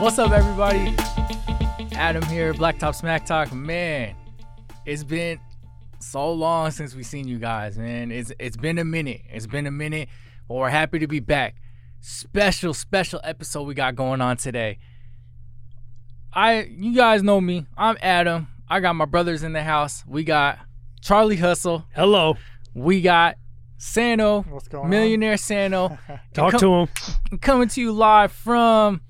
What's up, everybody? Adam here, Blacktop Smack Talk. Man, it's been so long since we've seen you guys, man. It's it's been a minute. It's been a minute, but we're happy to be back. Special, special episode we got going on today. I you guys know me. I'm Adam. I got my brothers in the house. We got Charlie Hustle. Hello. We got Sano, What's going on? millionaire Sano, Talk come- to him. coming to you live from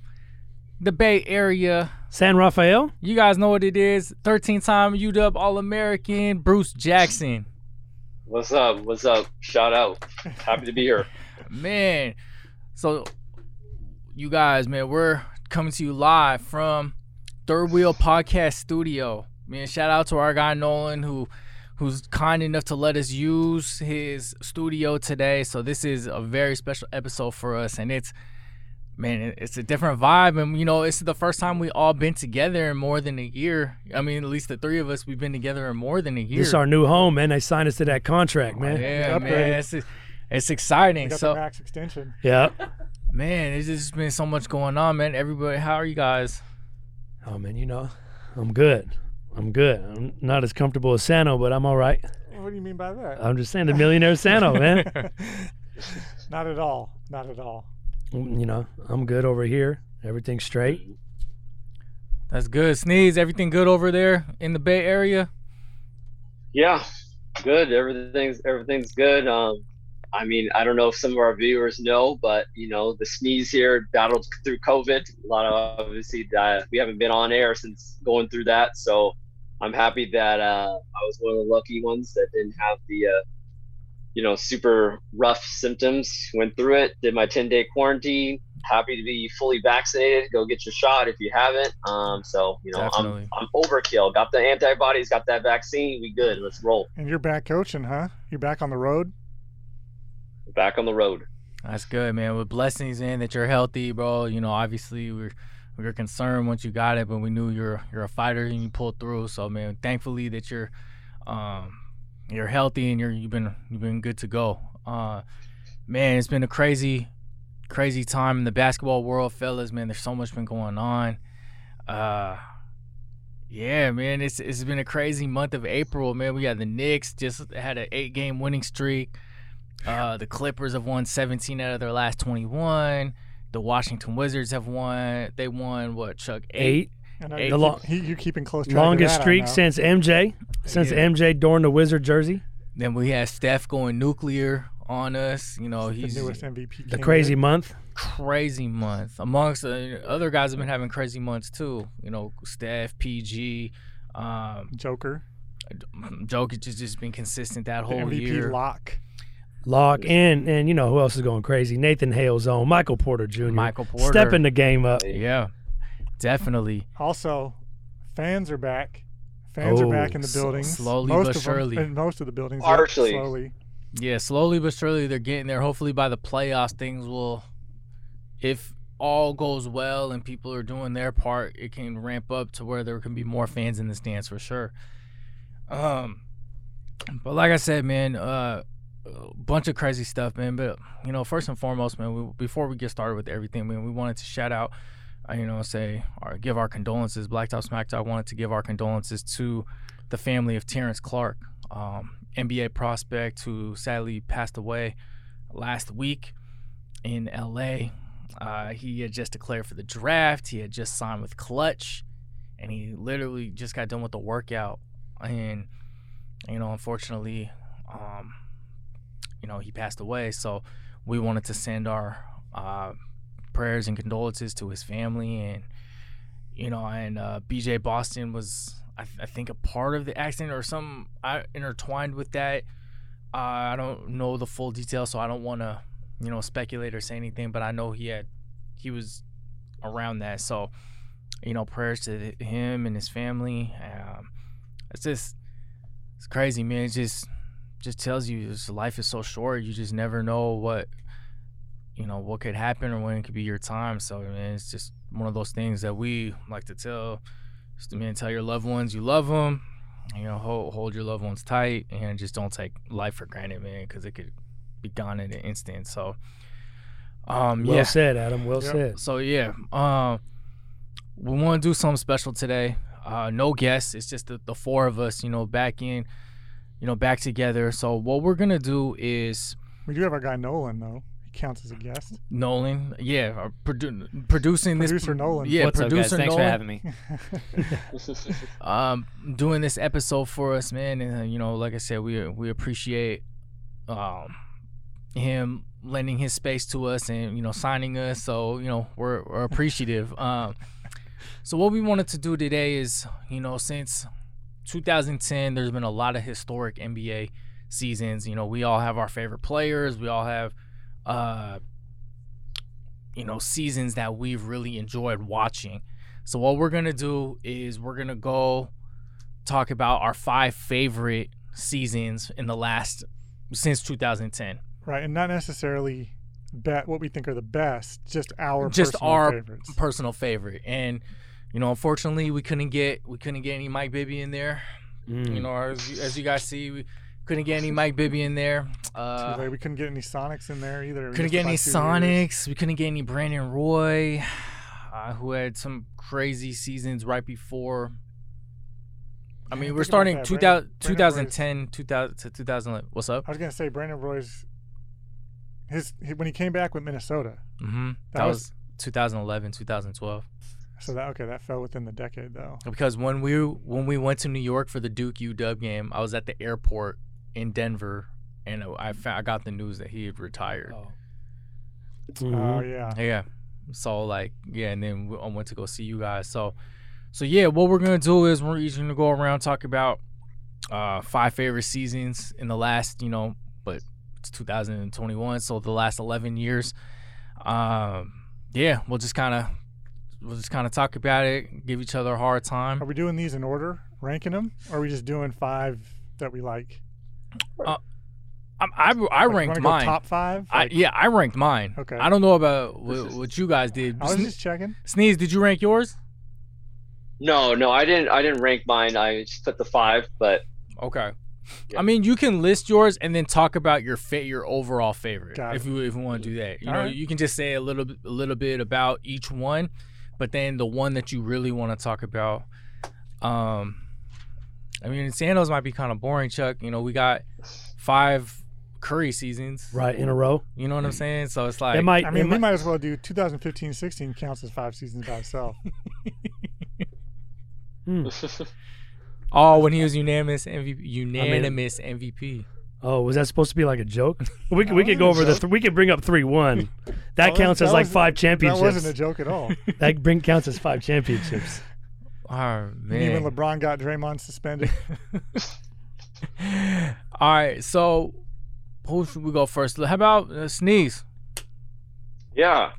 the Bay Area. San Rafael. You guys know what it is. 13 time UW All American, Bruce Jackson. What's up? What's up? Shout out. Happy to be here. Man. So, you guys, man, we're coming to you live from Third Wheel Podcast Studio. Man, shout out to our guy Nolan who who's kind enough to let us use his studio today. So this is a very special episode for us and it's man, it- it's a different vibe and you know, it's the first time we all been together in more than a year. I mean, at least the three of us we've been together in more than a year. This is our new home, man. They signed us to that contract, man. Yeah, Upgrade. man, it's, it's We exciting. got So, the max extension. Yeah. man, it's just been so much going on, man. Everybody, how are you guys? Oh man, you know, I'm good. I'm good. I'm not as comfortable as Sano, but I'm all right. What do you mean by Uh, that? I'm just saying, the millionaire Sano, man. Not at all. Not at all. You know, I'm good over here. Everything's straight. That's good. Sneeze, everything good over there in the Bay Area? Yeah, good. Everything's everything's good. Um, I mean, I don't know if some of our viewers know, but you know, the sneeze here battled through COVID. A lot of obviously uh, we haven't been on air since going through that. So I'm happy that uh, I was one of the lucky ones that didn't have the uh, you know super rough symptoms. Went through it. Did my 10 day quarantine. Happy to be fully vaccinated. Go get your shot if you haven't. Um, so you know, I'm Definitely. I'm overkill. Got the antibodies, got that vaccine. We good. Let's roll. And you're back coaching, huh? You're back on the road. Back on the road. That's good, man. With blessings, man, that you're healthy, bro. You know, obviously we're we were concerned once you got it, but we knew you're you're a fighter and you pulled through. So, man, thankfully that you're um you're healthy and you're you've been you've been good to go. Uh, man, it's been a crazy crazy time in the basketball world, fellas. Man, there's so much been going on. Uh, yeah, man, it's it's been a crazy month of April, man. We had the Knicks just had an eight game winning streak. Uh, the Clippers have won 17 out of their last 21. The Washington Wizards have won. They won what? Chuck Eight. And I- Hey, you the lo- keep- he- you're keeping close track. of Longest that, I streak know. since MJ. Since Yeah. MJ dorned the Wizard jersey. Then we had Steph going nuclear on us. You know, the he's newest MVP. The crazy candidate. month. crazy month. Amongst uh, other guys have been having crazy months too. You know, Steph, PG, um, Joker. Jokic has just been consistent that The whole MVP year. lock. Lock in, and you know who else is going crazy? Nathan Hale's own Michael Porter Jr. Michael Porter. stepping the game up. Yeah, definitely. Also, fans are back. Fans Oh, are back in the s- building. slowly most but of them- surely. in most of the buildings. yep, Partially. Slowly. Yeah, slowly but surely they're getting there. Hopefully by the playoffs, things will, if all goes well and people are doing their part, it can ramp up to where there can be more fans in the stands for sure. Um, but like I said, man, uh, a bunch of crazy stuff, man. But you know, first and foremost, man, we, before we get started with everything, man, we wanted to shout out, uh, you know, say or give our condolences. Blacktop Smackdown wanted to give our condolences to the family of Terrence Clark, um, NBA prospect who sadly passed away last week in LA. Uh, he had just declared for the draft. He had just signed with Clutch, and he literally just got done with the workout. And you know, unfortunately, um, you know, he passed away. So we wanted to send our uh, prayers and condolences to his family, and you know, and uh, BJ Boston was, I, th- I think, a part of the accident or some I intertwined with that. Uh, I don't know the full details, so I don't want to, you know, speculate or say anything. But I know he had, he was around that. So, you know, prayers to him and his family. Um, it's just, it's crazy, man. It just, just tells you this life is so short. You just never know what, you know, what could happen or when it could be your time. So, man, it's just one of those things that we like to tell. Just, man, tell your loved ones you love them. you know, hold hold your loved ones tight and just don't take life for granted, man, because it could be gone in an instant. So, um, Well yeah. said, Adam. Well Yep. said. So yeah, um, we want to do something special today. Uh, no guests. It's just the, the four of us, you know, back in, you know, back together. So what we're gonna do is We do have our guy Nolan though. He counts as a guest. Nolan, yeah, our produ- producing this, Producer Nolan. yeah, What's producer up, guys? Thanks Nolan, for having me. um, doing this episode for us, man. And uh, you know, like I said, we we appreciate um him lending his space to us and you know signing us. So you know, we're, we're appreciative. um, so what we wanted to do today is you know since 2010, there's been a lot of historic NBA seasons. You know, we all have our favorite players. We all have. uh you know, seasons that we've really enjoyed watching. So what we're gonna do is we're gonna go talk about our five favorite seasons in the last since 2010. Right, and not necessarily bet what we think are the best, just our Just personal our favorites. Personal favorite, and you know, unfortunately, we couldn't get we couldn't get any Mike Bibby in there. You Mm. Hmm. know, as you, as you guys see, we couldn't get any Mike Bibby in there. Too Uh, late. we couldn't get any Sonics in there either. It was couldn't get just any about two years. Sonics. We couldn't get any Brandon Roy, uh, who had some crazy seasons right before. I mean, think we're about starting that. 2000, Brandon- Brandon Roy's- 2010 2000, to 2011. What's up? I was gonna say Brandon Roy's his he- when he came back with Minnesota. Mm-hmm. That, That was, 2011, 2012. So that okay, that fell within the decade though. Because when we when we went to New York for the Duke UW game, I was at the airport in Denver, and I found, I got the news that he had retired. Oh. Mm-hmm. Oh Mhm. yeah. Yeah. So like yeah, and then we, I went to go see you guys. So so yeah, what we're gonna do is we're each gonna go around talk about uh five favorite seasons in the last you know, but it's 2021, so the last 11 years. Um, yeah, we'll just kind of we'll just kind of talk about it, give each other a hard Are time. we doing these in order, ranking them, or are we just doing five that we like? I I, I Like, you ranked wanna go mine. Top five. I, Like, yeah, I ranked mine. Okay. I don't know about This what, is- what you guys did. I was Sne- just checking. Sneeze, did you rank yours? no, no, I didn't. I didn't rank mine. I just put the five, but Okay. Yeah. I mean, you can list yours and then talk about your fa- your overall favorite Got if it. you if you want to do that. You know, Alright. you can just say a little bit- a little bit about each one, but then the one that you really want to talk about. Um, I mean, Santos might be kind of boring, Chuck. You know, we got five Curry seasons. Right in a row. You know what Mm. I'm saying? So it's like It might. I it mean, we might- might as well do 2015-16 counts as five seasons by itself. oh, when he was unanimous MVP, mean- unanimous MVP. Oh, was that supposed to be like a joke? We could, we That could go was a over the. joke. Th- we could bring up three one. That That was- counts that as like was- five that championships. wasn't a joke at all. That bring counts as five championships. Oh man. Even when LeBron got Draymond suspended, All right, so who should we go first? How about uh, Sneeze? yeah.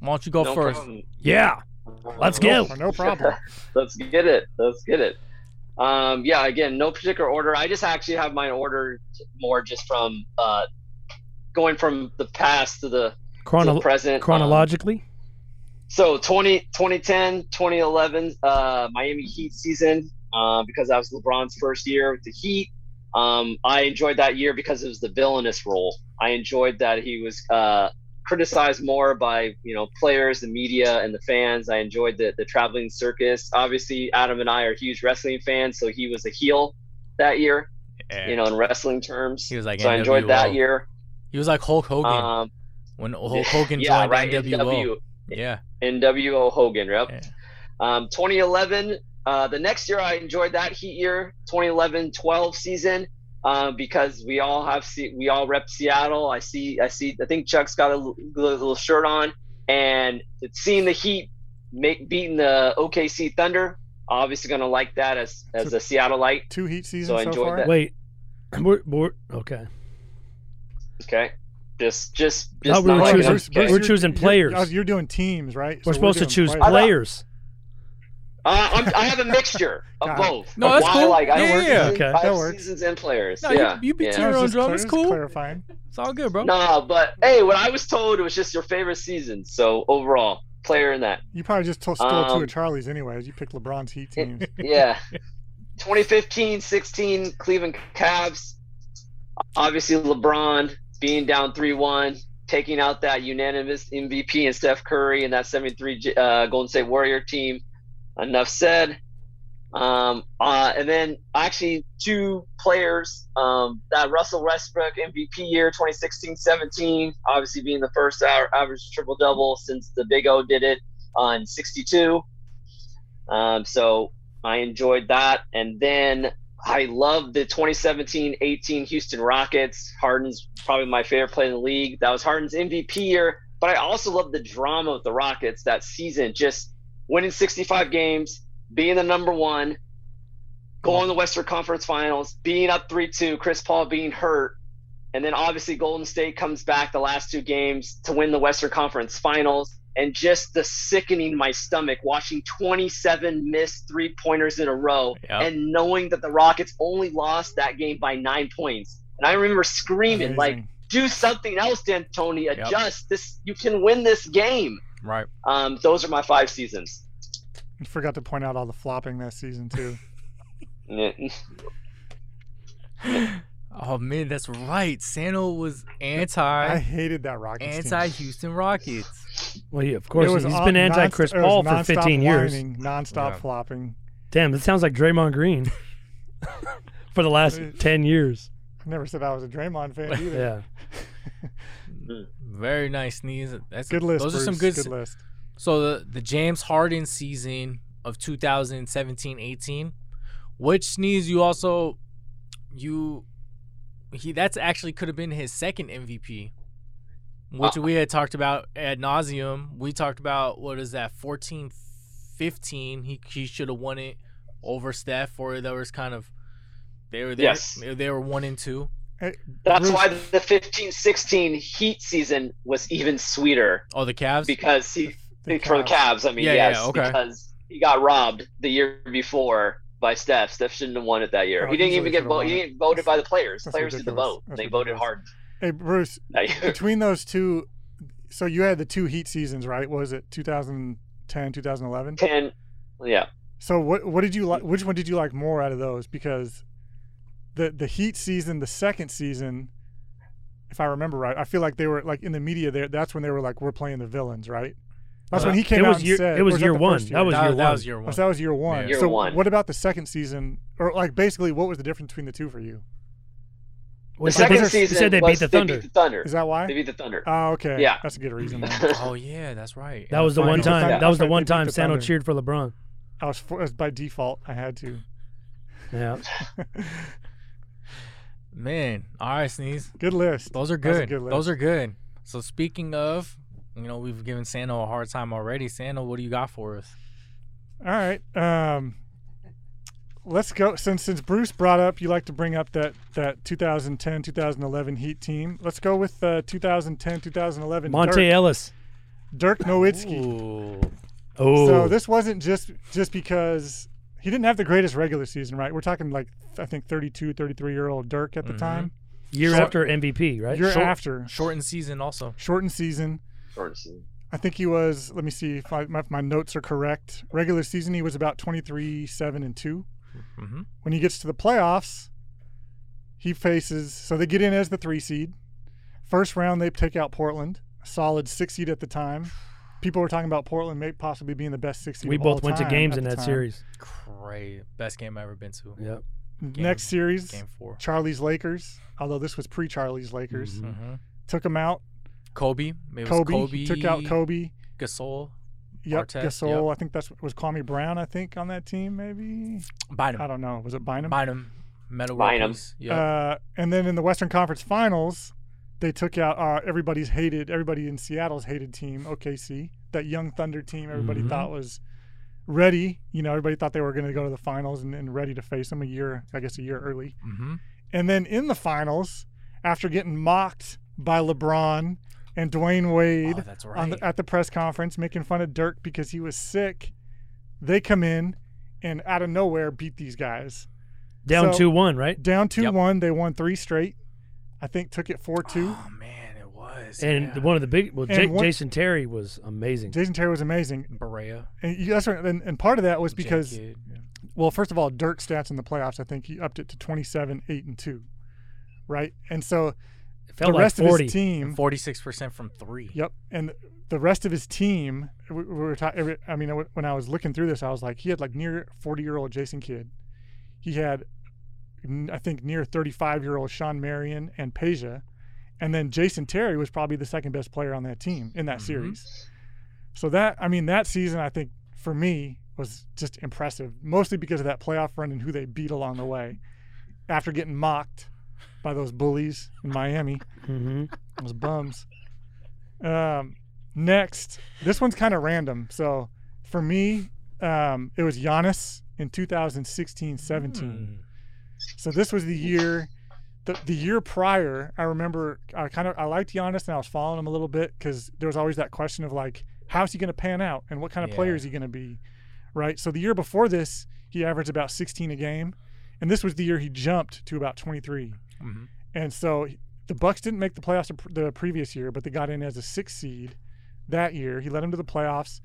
Why don't you go no first? problem. Uh, Yeah, let's go. Oh, no problem. Let's get it. Let's get it. Um, yeah, again, no particular order. I just actually have mine ordered more just from uh, going from the past to the, to the Chrono- present. Um, chronologically. so 20, 2010, 2011 uh, Miami Heat season uh, because that was LeBron's first year with the Heat. Um, I enjoyed that year because it was the villainous role. I enjoyed that he was uh, criticized more by you know players, the media, and the fans. I enjoyed the the traveling circus. Obviously, Adam and I are huge wrestling fans, so he was a heel that year. You know, in wrestling terms. He was like so I enjoyed that NWO. year. he was like Hulk Hogan Um, when Hulk Hogan yeah, joined right. NWO. NW. Yeah, NWO Hogan, yep. Yeah. Um, 2011, uh, the next year I enjoyed that heat year, 2011 12 season, uh, because we all have se- we all rep Seattle. I see, I see, I think Chuck's got a l- little shirt on, and it's seeing the Heat make beating the OKC Thunder, obviously gonna like that as as a Seattleite. Two Heat seasons So I so, enjoyed far. that. Wait, we're, we're okay. Okay, just just No, just we were not liking choosing- them. Okay. Bruce- we're choosing you're- players. You're, doing teams, right? We're So supposed to doing choose players. players. Uh, I'm, I have a mixture of Got it. both. No, of that's why I cool. Like, I Yeah, work yeah, yeah. season- Okay. five That works. seasons and players. No, you- yeah, you be yeah. too I was You're on just drum, clar- it's just cool. Clarifying. it's all good, bro. No, but hey, what I was told it was just your favorite season. So overall, player in that. You probably just told, stole two Um, of Charlie's anyways. You picked LeBron's Heat teams. Yeah. 2015 16 Cleveland Cavs. Obviously, LeBron being down 3 1, taking out that unanimous MVP and Steph Curry and that 73 uh, Golden State Warrior team. Enough said. Um, uh, and then actually, two players um, that Russell Westbrook MVP year 2016 17, obviously being the first hour average triple double since the Big O did it on 62. Um, so I enjoyed that. And then I love the 2017 18 Houston Rockets. Harden's probably my favorite play in the league. That was Harden's MVP year. But I also love the drama of the Rockets that season, just winning 65 games, being the number one, going to the Western Conference Finals, being up 3 2, Chris Paul being hurt. And then obviously Golden State comes back the last two games to win the Western Conference Finals and just the sickening my stomach watching 27 missed three pointers in a row Yep. and knowing that the Rockets only lost that game by nine points. And I remember screaming, like, Amazing. do something else, D'Antoni. Yep. Adjust this. You can win this game. Right. Um, those are my five seasons. You forgot to point out all the flopping that season too. Mm, Oh man, that's right. Sano was I anti hated that Rockets team. anti Houston Rockets. Well, yeah, of It course was he's all- been anti nonst- Chris it was Paul for nonstop 15 years. Whining, nonstop Yeah. flopping. Damn, that sounds like Draymond Green for the last 10 years. I never said I was a Draymond fan either. Yeah. Very nice knees. That's Good list. Those are some good. Bruce. s- good list. So the the James Harden season of 2017-18, which sneeze you also you he that's actually could have been his second MVP, which we had talked about ad nauseum. We talked about what is that 14 15 he he should have won it over Steph or there was kind of they were there, Yes. they were one and two. That's Bruce- why the 15 16 Heat season was even sweeter Oh, the Cavs. because he The for the Cavs. Cavs. I mean, Yeah, yeah, yes, okay. because he got robbed the year before by Steph. Steph shouldn't have won it that year. Oh, he didn't easily even get should've voted. won He it. didn't voted by the players. That's players did the ridiculous. vote. That's they voted hard Hey Bruce, that year. between those two, so you had the two Heat seasons, right? What was it 2010, 2011? Ten. Yeah. So what what did you like? Which one did you like more out of those? Because the the Heat season, the second season, if I remember right, I feel like they were like in the media. There, that's when they were like, we're playing the villains, right? That's Uh, when he came it was out year- and said it was or year the one. first That was that, year that one. was year Oh, one. so that was year one. Yeah. Year so one. what about the second season? Or like basically, what was the difference between the two for you? Well, he said The second they- he season said they beat was the they Thunder. Beat the Thunder. Is that why? They beat the Thunder. Oh, okay. Yeah. That's a good reason. then. Oh yeah, that's right. That was the They one beat the time. Thunder. That was the That's right, one they beat time the Sano Thunder. cheered for LeBron. I was, for, it was by default. I had to. Yeah. Man, all right, sneeze. Good list. Those are That's a good. good Those are good. So speaking of, you know, we've given Sano a hard time already. Sano, what do you got for us? All right. Um, let's go. Since since Bruce brought up, you like to bring up that that 2010 2011 Heat team. Let's go with uh, 2010 2011 Monte Dirk, Ellis. Dirk Nowitzki. Ooh. Oh. So this wasn't just just because he didn't have the greatest regular season, right? We're talking like I think 32 33 year old Dirk at the Mhm. time. year Short- after MVP, right? Year Short- after Shortened season also. shortened season. Short season. I think he was. Let me see if, I, if my notes are correct. Regular season, he was about 23 seven and two. hmm when he gets to the playoffs, he faces so they get in as the three seed. First round they take out Portland, a solid six seed at the time. People were talking about Portland may possibly being the best six seed. we of all both went to time games at in the that time. series. Great. Best game I've ever been to. Yep. Next series, Game 4 Charlie's Lakers. Although this was pre-Charlie's Lakers, Mhm. Mm-hmm. took him out. Kobe. It was Kobe, Kobe. he took out Kobe. Gasol. Yep, Artest, Gasol. I think that's was Kwame Brown. I think on that team maybe. I Bynum. don't know. Was it Bynum? Bynum. Metal Bynum. World Yeah. Uh, and then in the Western Conference Finals, they took out uh, everybody's hated, everybody in Seattle's hated team, OKC, that young Thunder team everybody Mm-hmm. Mhm. thought was ready. You know, everybody thought they were going to go to the finals and, and ready to face them a year, I guess a year early. hmm And then in the finals, after getting mocked by LeBron and Dwayne Wade Oh, that's right. on the, at the press conference, making fun of Dirk because he was sick, they come in and out of nowhere beat these guys Down So- two one, right? down 2 Yep. 1 they won three straight i think took it 4-2 Oh man, it was. And yeah. one of the big. Well, And Ja- one- Jason Terry was amazing. jason terry was amazing Barea. and, you- that's right, and, and part of that was J. because Kidd, yeah. well, first of all, Dirk stats in the playoffs, I think he upped it to 27, 8, and 2. Right? And so It felt the like rest 40. of his team. Forty six percent from three. Yep. And the rest of his team, we, we were ta- every- I mean, when I was looking through this, I was like, he had like near 40 year old Jason Kidd. He had, n- I think, near 35 year old Sean Marion and Peja. And then Jason Terry was probably the second best player on that team in that Mhm. series. So that, I mean, that season, I think for me was just impressive, mostly because of that playoff run and who they beat along the way after getting mocked by those bullies in Miami. Mm-hmm. hmm Those bums. Um, next, this one's kind of random. So for me, um, it was Giannis in 2016 17. Hmm. Mm-hmm. So this was the year, the, the year prior. I remember I kind of I liked Giannis and I was following him a little bit because there was always that question of like, how's he going to pan out and what kind of player Yeah. is he going to be, right? So the year before this, he averaged about 16 a game, and this was the year he jumped to about 23. Mhm. And so he- the Bucks didn't make the playoffs the pr- the previous year, but they got in as a sixth seed that year. He led them to the playoffs.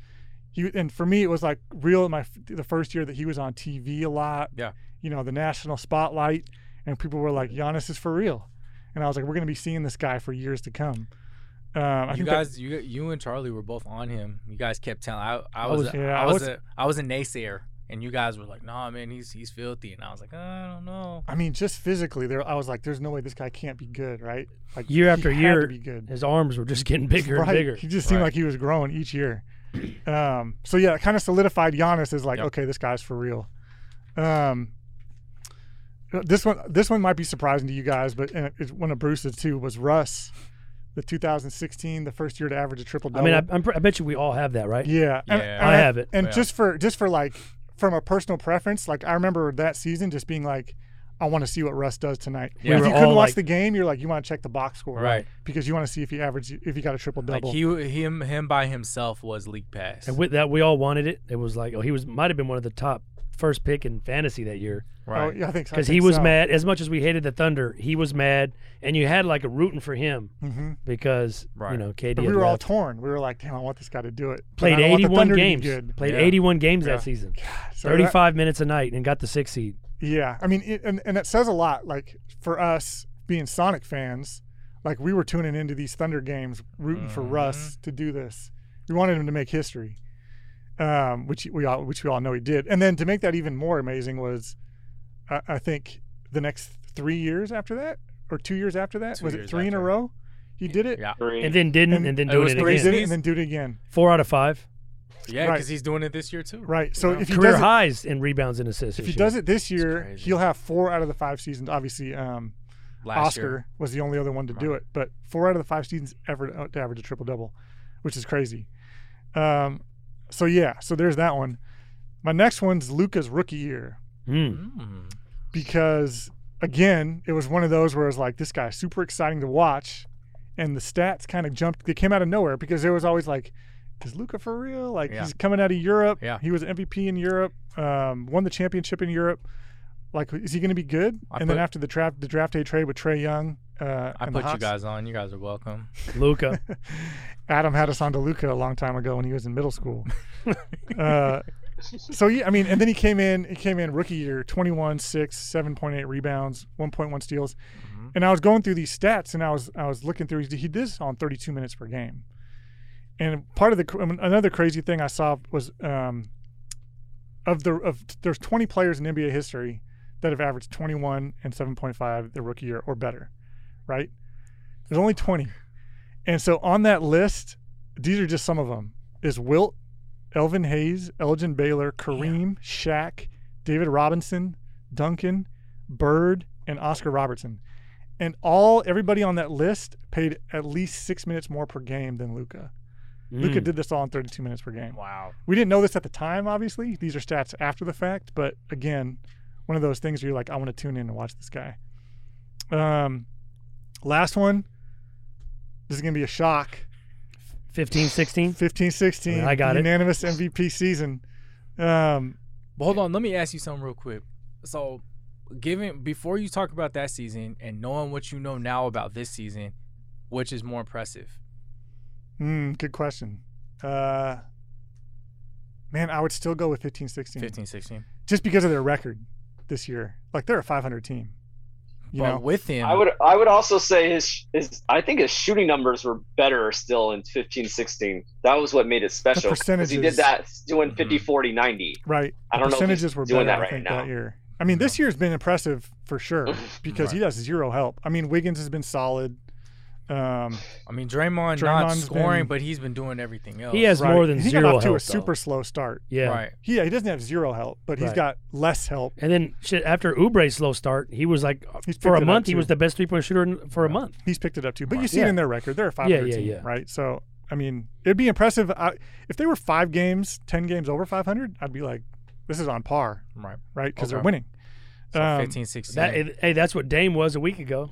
He and for me, it was like real. My f- the first year that he was on TV a lot. Yeah. you know the national spotlight, and people were like, "Giannis is for real," and I was like, "We're gonna be seeing this guy for years to come." Um, I You think guys, you you and Charlie were both on him. You guys kept telling. I, I was, was- a- yeah, I I was, was- a, I was a naysayer, and you guys were like, "Nah, man, he's he's filthy," and I was like, "Uh, "I don't know." that, I mean, just physically, there I was like, "There's no way this guy can't be good," right? Like Year he after had year, to be good. His arms were just getting bigger and Right. bigger. He just seemed Right. like he was growing each year. Um, so yeah, it kind of solidified Giannis as like, Yep. okay, this guy's for real. Um, this one, this one might be surprising to you guys, but and it's one of Bruce's too was Russ, the 2016, the first year to average a triple I double. mean, I, I'm, pr- I bet you we all have that, right? yeah, and- Yeah. and I have it. and Yeah. just for just for like from a personal preference, like I remember that season just being like, I want to see what Russ does tonight. Yeah. If We you were couldn't all watch like- the game, you're like, you want to check the box score, Right. Because you want to see if he averaged, if he got a triple double. Like he, him, him by himself was league pass. And with that, we all wanted it. It was like, oh, he was might have been one of the top first pick in fantasy that year Oh, yeah, I think so. I because think he was so. mad. As much as we hated the Thunder, he was mad, and you had like a rooting for him Mhm. because Right. you know KD But we had were all left. torn. We were like, "Damn, I want this guy to do it." But played I don't want the 81 Thunder to be games. good. Played Yeah. 81 games Yeah. that season. So that- 35 minutes a night and got the six seed. yeah, I mean, it, and and it says a lot. Like for us being Sonic fans, like we were tuning into these Thunder games, rooting for Mm-hmm. Russ to do this. We wanted him to make history, um, which we all which we all know he did. And then to make that even more amazing was, I, I think the next three years after that, or two years after that, Two was it years three in a after. row? He did it. yeah, Green. And then didn't, And- and, then It doing was it He crazy. again. did it and then did it again. Four out of five. yeah, Right. because he's doing it this year too. Right. So Yeah. if he Career does it, highs in rebounds and assists. if he this does year. it this year, crazy. he'll have four out of the five seasons. Obviously, um, Last Oscar year. was the only other one to do it, but four out of the five seasons ever uh, to average a triple double, which is crazy. Um, so yeah, so there's that one. My next one's Luca's rookie year Mm. Mm. because again, it was one of those where it's like this guy's super exciting to watch, and the stats kind of jumped. They came out of nowhere because there was always like, is Luca for real? Like Yeah. he's coming out of Europe. Yeah. he was MVP in Europe. Um, won the championship in Europe. Like, is he going to be good? I and then put- after the draft, the draft day trade with Trey Young. Uh, I and the put you Hawks, guys on. You guys are welcome. Hmm. Luca. Adam had us on to Luca a long time ago when he was in middle school. uh, so yeah, I mean, and then he came in. He came in rookie year, 21, 6, 7.8 rebounds, 1.1 steals. Mhm. And I was going through these stats, and I was I was looking through. He did this on 32 minutes per game. And part of the cr- another crazy thing I saw was um, of the of there's 20 players in NBA history that have averaged 21 and 7.5 their rookie year or better, right? There's only 20. And so on that list, these are just some of them: is Wilt, Elvin Hayes, Elgin Baylor, Kareem, Shaq, David Robinson, Duncan, Bird, and Oscar Robertson. And all everybody on that list paid at least six minutes more per game than Luca. Luca Mm. did this all in 32 minutes per game. Wow. We didn't know this at the time, obviously. These are stats after the fact, but again, one of those things where you're like, I want to tune in and watch this guy. Um, last one. This is gonna be a shock. 15, 16. 15, 16. I got it. unanimous MVP season. Um, But hold on, let me ask you something real quick. So, given before you talk about that season and knowing what you know now about this season, which is more impressive? mm, good question. Uh, man, I would still go with 15, 16. 15, 16? just because of their record this year. Like they're a 500 team. You but know, with him, I would I would also say his his I think his shooting numbers were better still in 15 16. That was what made it special because he did percentages- that doing Mm-hmm. Mhm. 50 40 90. right? I don't The know if percentages he's were better doing that I right think now. that year. I mean, this year's been impressive for sure because he has zero help. I mean, Wiggins has been solid. Um, I mean, Draymond not Draymond's scoring, been- but he's been doing everything else. He has right. more than And he zero got off to help, a super though. slow start. Yeah. right. He he doesn't have zero help, but he's Right. got less help. And then shit, after Ubre's slow start, he was like He's for picked a it up, month he too. was the best three point shooter in, for a month. He's picked it up too. But you Right. see it Yeah. in their record; they're a 500 yeah, team, yeah. right? So I mean, it'd be impressive I, if they were five games, ten games over 500. I'd be like, this is on par, Right. right? Because they're Okay. winning. So Um, 15, 16. That it- hey, that's what Dame was a week ago.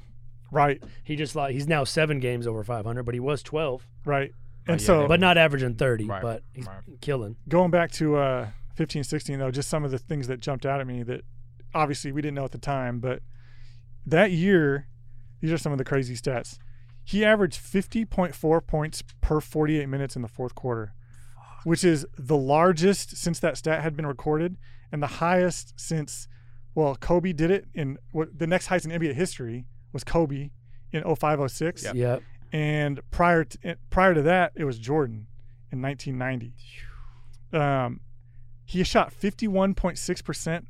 Right, He just like he's now seven games over five hundred, but he was twelve, right. Oh, And yeah, so, they- but not averaging thirty. Right, But he's right. killing. going back to uh, 15, 16, though, just some of the things that jumped out at me that obviously we didn't know at the time, but that year, these are some of the crazy stats. He averaged 50.4 points per 48 minutes in the fourth quarter, which is the largest since that stat had been recorded and the highest since, well, Kobe did it in what the next highest in NBA history was Kobe in 05 06 Yeah. Yeah, and prior to prior to that, it was Jordan in 1990. Um, he shot 51.6 percent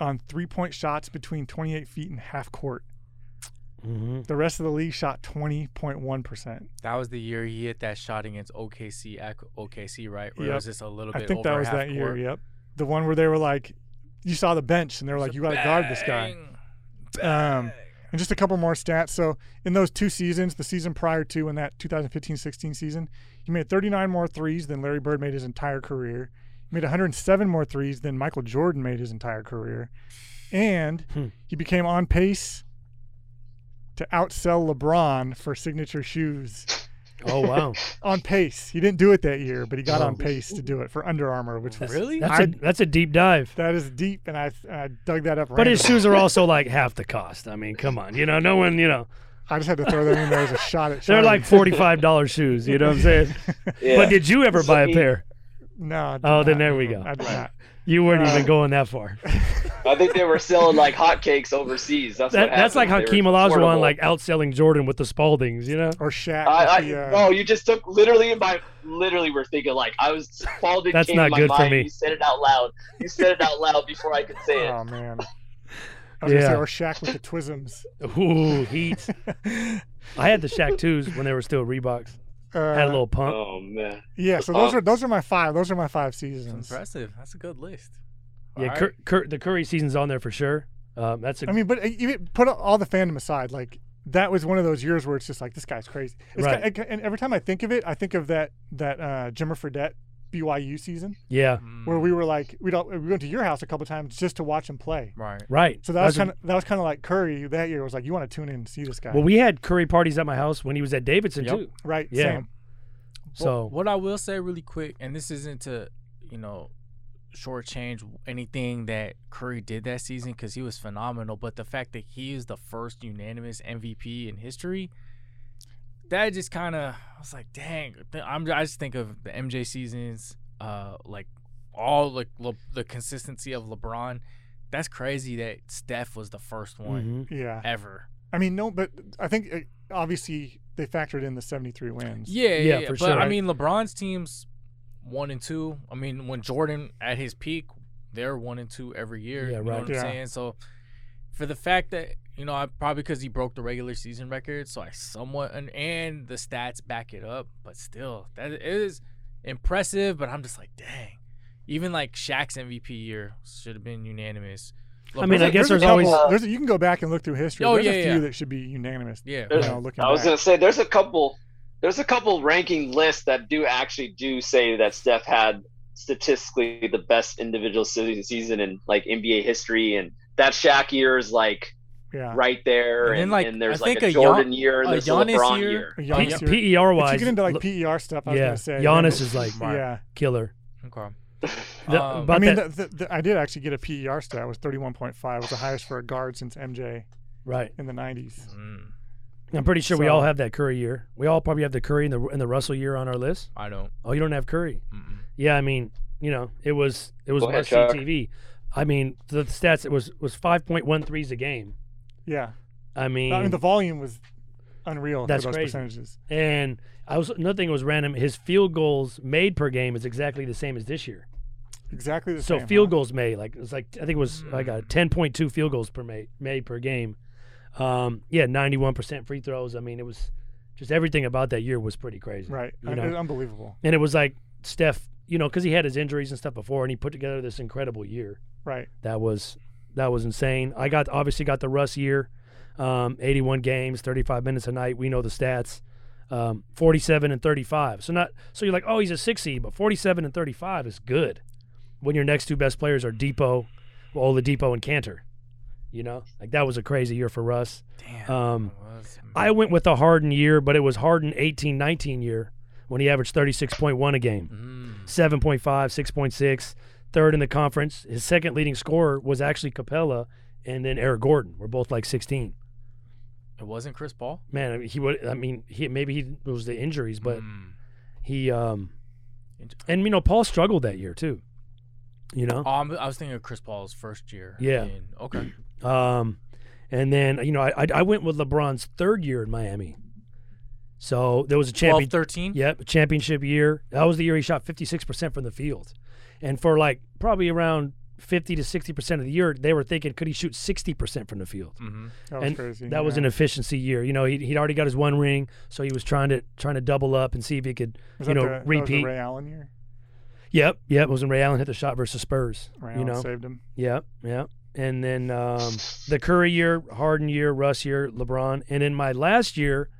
on three-point shots between 28 feet and half court. hmm The rest of the league shot 20.1 percent. That was the year he hit that shot against OKC, ac- OKC, right? Where Yep. it was just a little bit I think over that was half that year. court. Yep, the one where they were like, you saw the bench, and they were like, you got to guard this guy. Bang! Um, And just a couple more stats. So in those two seasons, the season prior to and that 2015-16 season, he made 39 more threes than Larry Bird made his entire career. He made 107 more threes than Michael Jordan made his entire career. And Hmm. he became on pace to outsell LeBron for signature shoes. Oh wow, On pace. He didn't do it that year, but he got Wow. on pace to do it for Under Armour, which was really? that's a I- that's a deep dive. that is deep and I, I dug that up But his randomly. shoes are also like half the cost. I mean, come on, you know, no one, you know, I just had to throw that in there as a shot at they're Charlie. like forty five dollars shoes. You know what I'm saying? Yeah. But did you ever So buy a he- pair? no. I did Oh, then not. there we go. I did not. You weren't Uh, even going that far. I think they were selling like hotcakes overseas. That's That, what that's like happened. They Hakeem were Olajuwon portable. like outselling Jordan with the Spaldings, you know? or Shaq. I, I, with the, uh, no, you just took literally my literally were thinking like I was Spalding That's came not to my good for mind. me. You said it out loud. You said it out loud before I could say it. oh man. I was gonna Yeah. say, or Shaq with the twisms. Ooh, heat. I had the Shaq twos when they were still Reeboks. Uh, Had a little pump. Oh man. yeah, so those Oh. are those are my five. Those are my five That's seasons. impressive. That's a good list. yeah, Alright. Cur- Cur- the Curry season's on there for sure. Um, that's a I mean, but even put all the fandom aside, like that was one of those years where it's just like this guy's crazy. It's Right. ki- and every time I think of it, I think of that that uh, Jimmer Fredette BYU season yeah, Mm, where we were like we don't we went to your house a couple times just to watch him play. right. right. So that That's was a- kind of that was kind of like Curry that year. It was like you want to tune in and see this guy, well, we had Curry parties at my house when he was at Davidson Yep. too. right? yeah. Same. So what I will say really quick, and this isn't to, you know, shortchange anything that Curry did that season because he was phenomenal. But the fact that he is the first unanimous MVP in history, that just kind of I was like, dang. th- I'm I just think of the MJ seasons, uh, like all like Le, the consistency of LeBron. That's crazy that Steph was the first one mhm. Yeah. ever. I mean, no, but I think uh, obviously they factored in the 73 wins. Yeah, yeah, Yeah, for but sure. I mean, LeBron's teams one and two. I mean, when Jordan at his peak, they're one and two every year. Yeah, You know right. what I'm Yeah. saying? So for the fact that you know, I probably because he broke the regular season record, so I somewhat and, and the stats back it up. But still, that is impressive. But I'm just like, dang. Even like Shaq's MVP year should have been unanimous. I mean, I LeBron- guess a there's couple- always there's a, you can go back and look through history. Oh, there's yeah, a yeah. few that should be unanimous. yeah, You There's- know, looking I was back. gonna say there's a couple there's a couple ranking lists that do actually do say that Steph had statistically the best individual se- season in like NBA history and that Shaq year is like yeah. right there And and, then, and, like, there's I like think a a Jordan year and a there's a Giannis LeBron year. year. A P- Giannis year. PER If wise. you get into like l- PER stuff, I was yeah, gonna say. Giannis is like Yeah. killer. okay. The- Um, but I mean, that- the, the, the, I did actually get a PER stat. It was 31.5. It was the highest for a guard since MJ right. in the 90s. mm, I'm pretty sure we So- all have that Curry year. We all probably have the Curry and the and the Russell year on our list. I don't. Oh, you don't have Curry. Mm-mm. Yeah, I mean, you know, it was it was Go ahead, must see Chuck. TV. I mean, the stats it was was 5.13s a game. Yeah. I mean, I mean, the volume was unreal Mm. That's for those crazy. percentages. and I was another thing that was random. His field goals made per game is exactly the same as this year. Exactly the So same. field huh? goals made like it was like I think it was I got 10.2 field goals per made, made per game. Um, yeah, 91% free throws. I mean, it was just everything about that year was pretty crazy. Right. you I mean, know. it was unbelievable. And it was like Steph, you know, because he had his injuries and stuff before, and he put together this incredible year. Right. That was that was insane. I got obviously got the Russ year, um, 81 games, 35 minutes a night. We know the stats, um, 47 and 35. So not so you're like, oh, he's a six seed, but 47 and 35 is good when your next two best players are Depot, well, Oladipo and Cantor. You know, like that was a crazy year for Russ. Damn. Um, it was, man. I went with the Harden year, but it was Harden 18 19 year when he averaged 36.1 a game. Mm. 7.5, 6.6, third in the conference. His second leading scorer was actually Capella and then Eric Gordon. We're both like 16. It wasn't Chris Paul. Man, I mean, he would I mean, he maybe he it was the injuries, but Mm. he um Inj- and you know, Paul struggled that year too. You know? Oh, I'm, I was thinking of Chris Paul's first year. Yeah. in- okay. Um and then, you know, I I, I went with LeBron's third year in Miami. So there was a 12, champion 13? Yep, championship year. That was the year he shot 56% from the field. And for like probably around 50 to 60% of the year, they were thinking, could he shoot 60% from the field? hmm That was and crazy. That was yeah. an efficiency year. You know, he'd, he'd already got his one ring, so he was trying to trying to double up and see if he could, Was you that know, the, that was the repeat. Ray Allen year. Yep, yep. It was when Ray Allen hit the shot versus Spurs. Ray you Allen know, saved him. yep, yep. And then um, the Curry year, Harden year, Russ year, LeBron, and in my last year,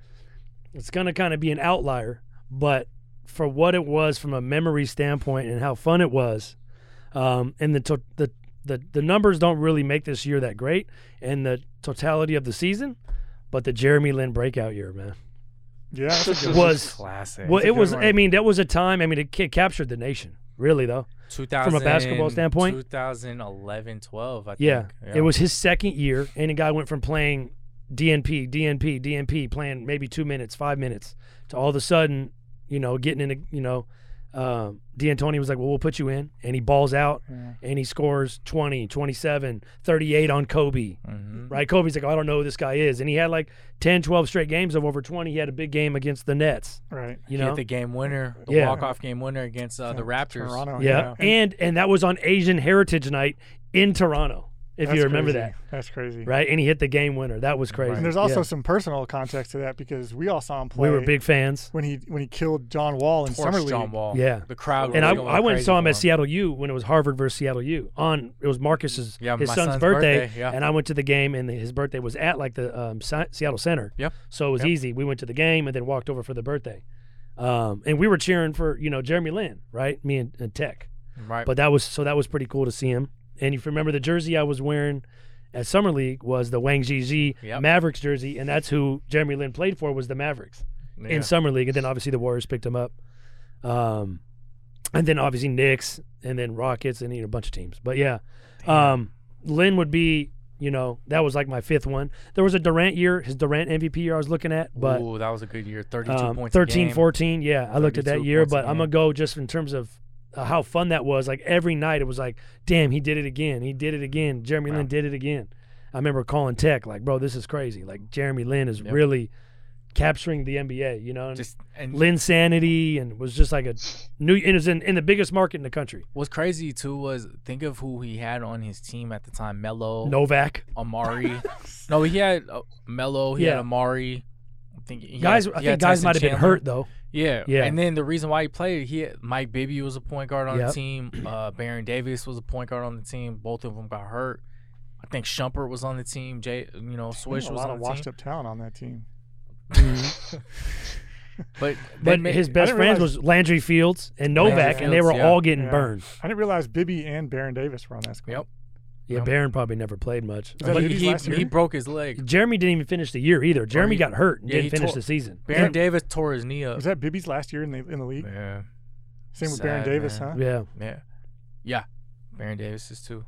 it's gonna kind of be an outlier, but for what it was from a memory standpoint and how fun it was, um, and the, to- the the the numbers don't really make this year that great, and the totality of the season, but the Jeremy Lin breakout year, man, Yeah. That's a good one. was Classic. well, a it good was. one. I mean, that was a time. I mean, it ca- captured the nation, really though. 2000, basketball standpoint? 2011, 12. I Yeah. think. It was his second year, and the guy went from playing DNP, DNP, DNP, playing maybe two minutes, five minutes, to all of a sudden, you know, getting into, you know, um, D'Antoni was like, well, we'll put you in. And he balls out Yeah. and he scores 20, 27, 38 on Kobe, Mhm. right? Kobe's like, "Oh, I don't know who this guy is. And he had like 10, 12 straight games of over 20. He had a big game against the Nets, Right. you He hit know? the game winner, the Yeah. walk-off game winner against uh, the Raptors. Toronto. yeah. And, And and that was on Asian Heritage Night in Toronto, if you that's remember crazy. that. That's crazy. Right, and he hit the game winner. That was crazy. And there's also some personal context to that because we all saw him We play. were big fans. when he when he killed John Wall in Torched summer league. John Wall. Yeah. The crowd. And I, was going I went and crazy saw him for at Seattle U when it was Harvard versus Seattle U. On it was Marcus's Yeah, his my son's, son's birthday, birthday, yeah. and I went to the game, and his birthday was at like the um, Si- Seattle Center. Yep. So it was Yep. easy. We went to the game and then walked over for the birthday, um, and we were cheering for you know Jeremy Lin, right? Me and, and Tech. Right. But that was so that was pretty cool to see him. And if you remember the jersey I was wearing at summer league was the Wang Jiji Yep. Mavericks jersey, and that's who Jeremy Lin played for was the Mavericks yeah. in summer league, and then obviously the Warriors picked him up, um, and then obviously Knicks, and then Rockets, and you know, a bunch of teams. But yeah, um, Lynn would be, you know, that was like my fifth one. There was a Durant year, his Durant MVP year I was looking at, but Ooh, that was a good year. 32 um, points. a 13, game. 14, yeah, I looked at that 32 year, points a but I'm game. gonna go just in terms of. Uh, how fun that was! Like every night, it was like, "Damn, he did it again! He did it again! Jeremy Lynn did it again!" I remember calling Tech, like, "Bro, this is crazy! Like Jeremy Lynn is Yep. really capturing the NBA, you know?" And- Just and Lin Sanity Mm-hmm. and was just like a new and it was in, in the biggest market in the country. what's crazy too was think of who he had on his team at the time: Melo, Novak. Amari. no, he had uh, Melo. He Yeah. had Amari. I think he guys had- I he had think guys Tyson might have been Chandler. hurt though. Yeah. Yeah. And then the reason why he played, he had, Mike Bibby was a point guard on Yep. the team. Uh, Baron Davis was a point guard on the team. Both of them got hurt. I think Shumpert was on the team. Jay, you know, There's Swish a was lot on of the washed team. up talent on that team. But they But made- his best didn't friends realize- was Landry Fields and Novak and they Fields, were yeah. all getting Yeah. burned. I didn't realize Bibby and Baron Davis were on that squad. Yep. Yeah, Yeah. Barron probably never played much. Is that he, Bibby's he, last year? he broke his leg. Jeremy didn't even finish the year either. Jeremy he- got hurt and yeah, he didn't finish tore- the season. Baron Davis tore his knee up. Was that Bibby's last year in the in the league? Yeah. Same with Sad, Baron Davis, man. huh? yeah. Yeah. Yeah. Baron Davis is too.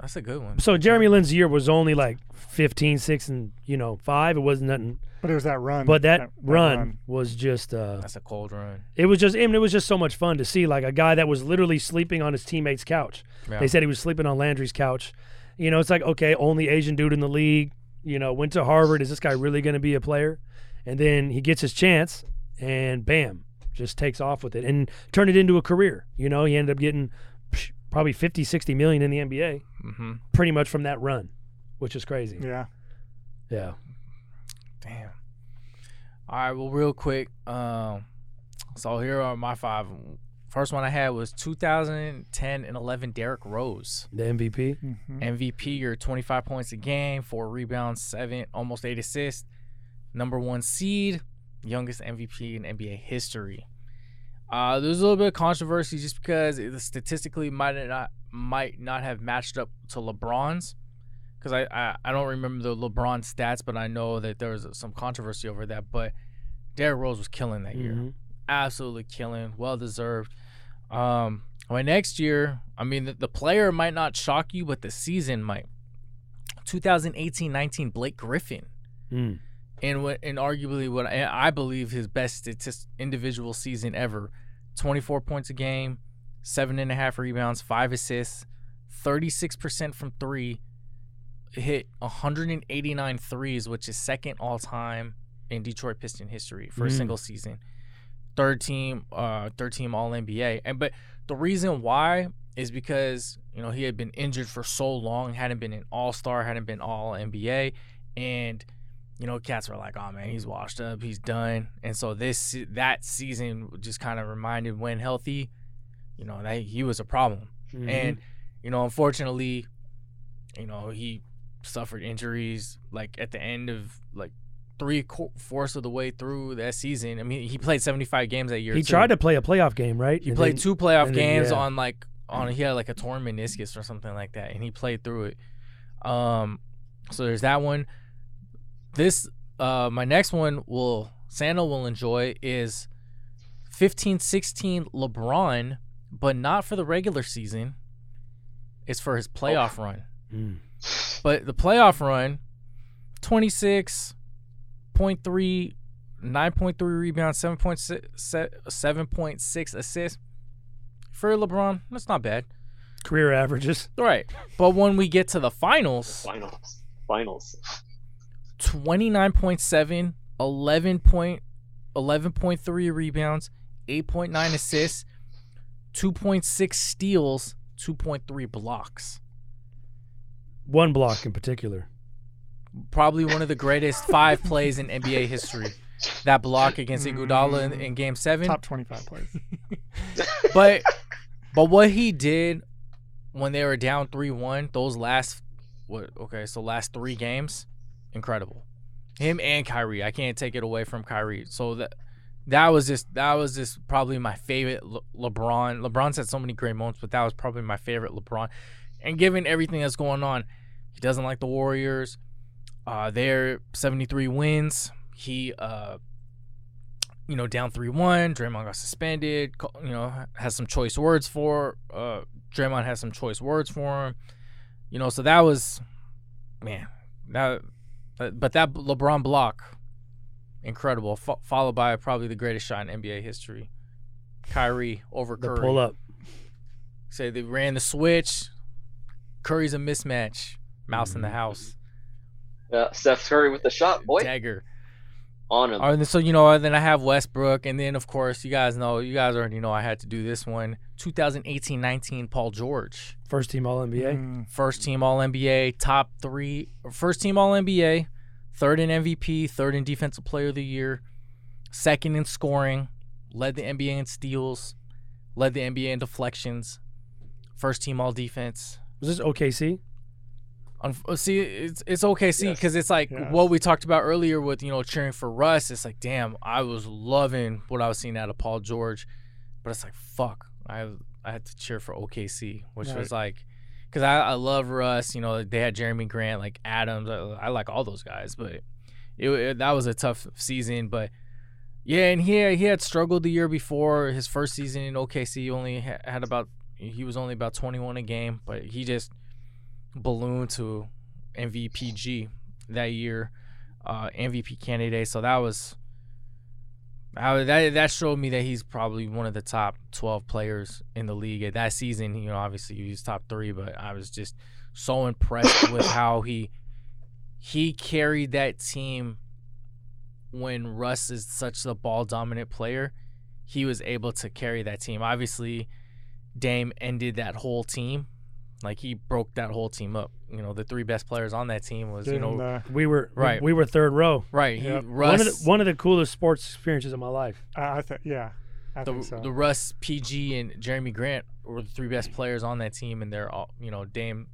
That's a good one. So Jeremy Lin's year was only like 15, 6, and you know five. It wasn't nothing, But it was Um, that run. but that, run, was just. Uh, That's a cold run. it was just. I mean, it was just so much fun to see like a guy that was literally sleeping on his teammate's couch. Yeah. They said he was sleeping on Landry's couch. You know, it's like okay, only Asian dude in the league. You know, went to Harvard. Is this guy really going to be a player? And then he gets his chance, and bam, just takes off with it and turned it into a career. You know, he ended up getting psh, probably 50, 60 million in the NBA mm-hmm. pretty much from that run, which is crazy. Yeah. Yeah. Damn. All right. Well, real quick. Um, so here are my five. First one I had was 2010 and 11 Derrick Rose. The MVP. Mhm. MVP, you're 25 points a game, four rebounds, seven, almost eight assists. Number one seed, youngest MVP in NBA history. Uh, there's a little bit of controversy just because it statistically might not might not have matched up to LeBron's. Because I, I, I don't remember the LeBron stats, but I know that there was some controversy over that. But Derrick Rose was killing that year Mhm. absolutely killing, well deserved. Um, my next year, I mean, the, the player might not shock you, but the season might. 2018-19 Blake Griffin, Mm. and what and arguably what I, I believe his best statist, individual season ever, 24 points a game, seven and a half rebounds, five assists, 36 percent from three, hit 189 threes, which is second all time in Detroit Piston history for a Mm. single season. Third team, uh, third team All NBA, and but the reason why is because you know he had been injured for so long, hadn't been an All Star, hadn't been All NBA, and you know cats were like, oh man, he's washed up, he's done, and so this se- that season just kind of reminded when healthy, you know that he was a problem Mhm. and you know unfortunately you know he suffered injuries like at the end of like three qu- fourths of the way through that season i mean he played 75 games that year he too. tried to play a playoff game, right? he played two playoff and then- games yeah. on like on he had like a torn meniscus or something like that and he played through it um so there's that one this uh my next one will santa will enjoy is 15 16 lebron but not for the regular season it's for his Oh. playoff run Mm. but the playoff run 26.3 9.3 rebounds 7.6 se- 7.6 assists for lebron that's not bad Career averages. All right but when we get to the finals Finals. Finals. 29.7 11 point, 11.3 rebounds 8.9 assists 2.6 steals 2.3 blocks One block in particular. probably one of the greatest five plays in NBA history. That block against Iguodala in, in Game Seven, Top 25 plays. but but what he did when they were down three one, those last what? Okay, so last three games, incredible. Him and Kyrie, I can't take it away from Kyrie. So that that was just that was just probably my favorite Le- LeBron. LeBron's had so many great moments, but that was probably my favorite LeBron. And given everything that's going on, he doesn't like the Warriors. Uh, they're 73 wins. He uh, you know, down three one. Draymond got suspended. co- You know, has some choice words for. Uh, Draymond has some choice words for him. You know, so that was, man, that. that- But that LeBron block, incredible. Fo- followed by probably the greatest shot in NBA history, Kyrie over The Curry. pull up. Say they ran the switch. Curry's a mismatch. Mouse in the house. Uh, Steph Curry with the shot, boy. Dagger. On him. All right, so you know, then I have Westbrook, and then of course you guys know, you guys already know I had to do this one. 2018-19 Paul George, First team All Mm-hmm. NBA. Mm. first team All NBA, top three, first team All NBA, third in MVP, third in Defensive Player of the Year, second in scoring, led the NBA in steals, led the NBA in deflections, first team All Defense. Was this OKC? Unf- uh, See, it's it's okay, see, Yes. because it's like Yes. what we talked about earlier with you know cheering for Russ. It's like, damn, I was loving what I was seeing out of Paul George, but it's like, fuck, I I had to cheer for OKC, which Right. was like, because I, I love Russ. You know, they had Jeremy Grant, like Adams. I, I like all those guys, but it, it that was a tough season. But yeah, and he he had struggled the year before his first season in OKC. Only ha- had about he was only about 21 a game, but he just balloon to MVPG that year, uh, MVP candidate. So that was I- that that showed me that he's probably one of the top twelve players in the league at that season. You know, obviously he was top three, but I was just so impressed with how he he carried that team when Russ is such a ball dominant player. He was able to carry that team. Obviously, Dame ended that whole team. Like he broke that whole team up. You know, the three best players on that team was, you Gave him know, the- We were we- Right. We, were third row. right. He, Yep. Russ, One of the, one of the coolest sports experiences of my life. I, I think yeah, I the, think so. the Russ, PG, and Jeremy Grant were the three best players on that team, and they're all, you know, Dame,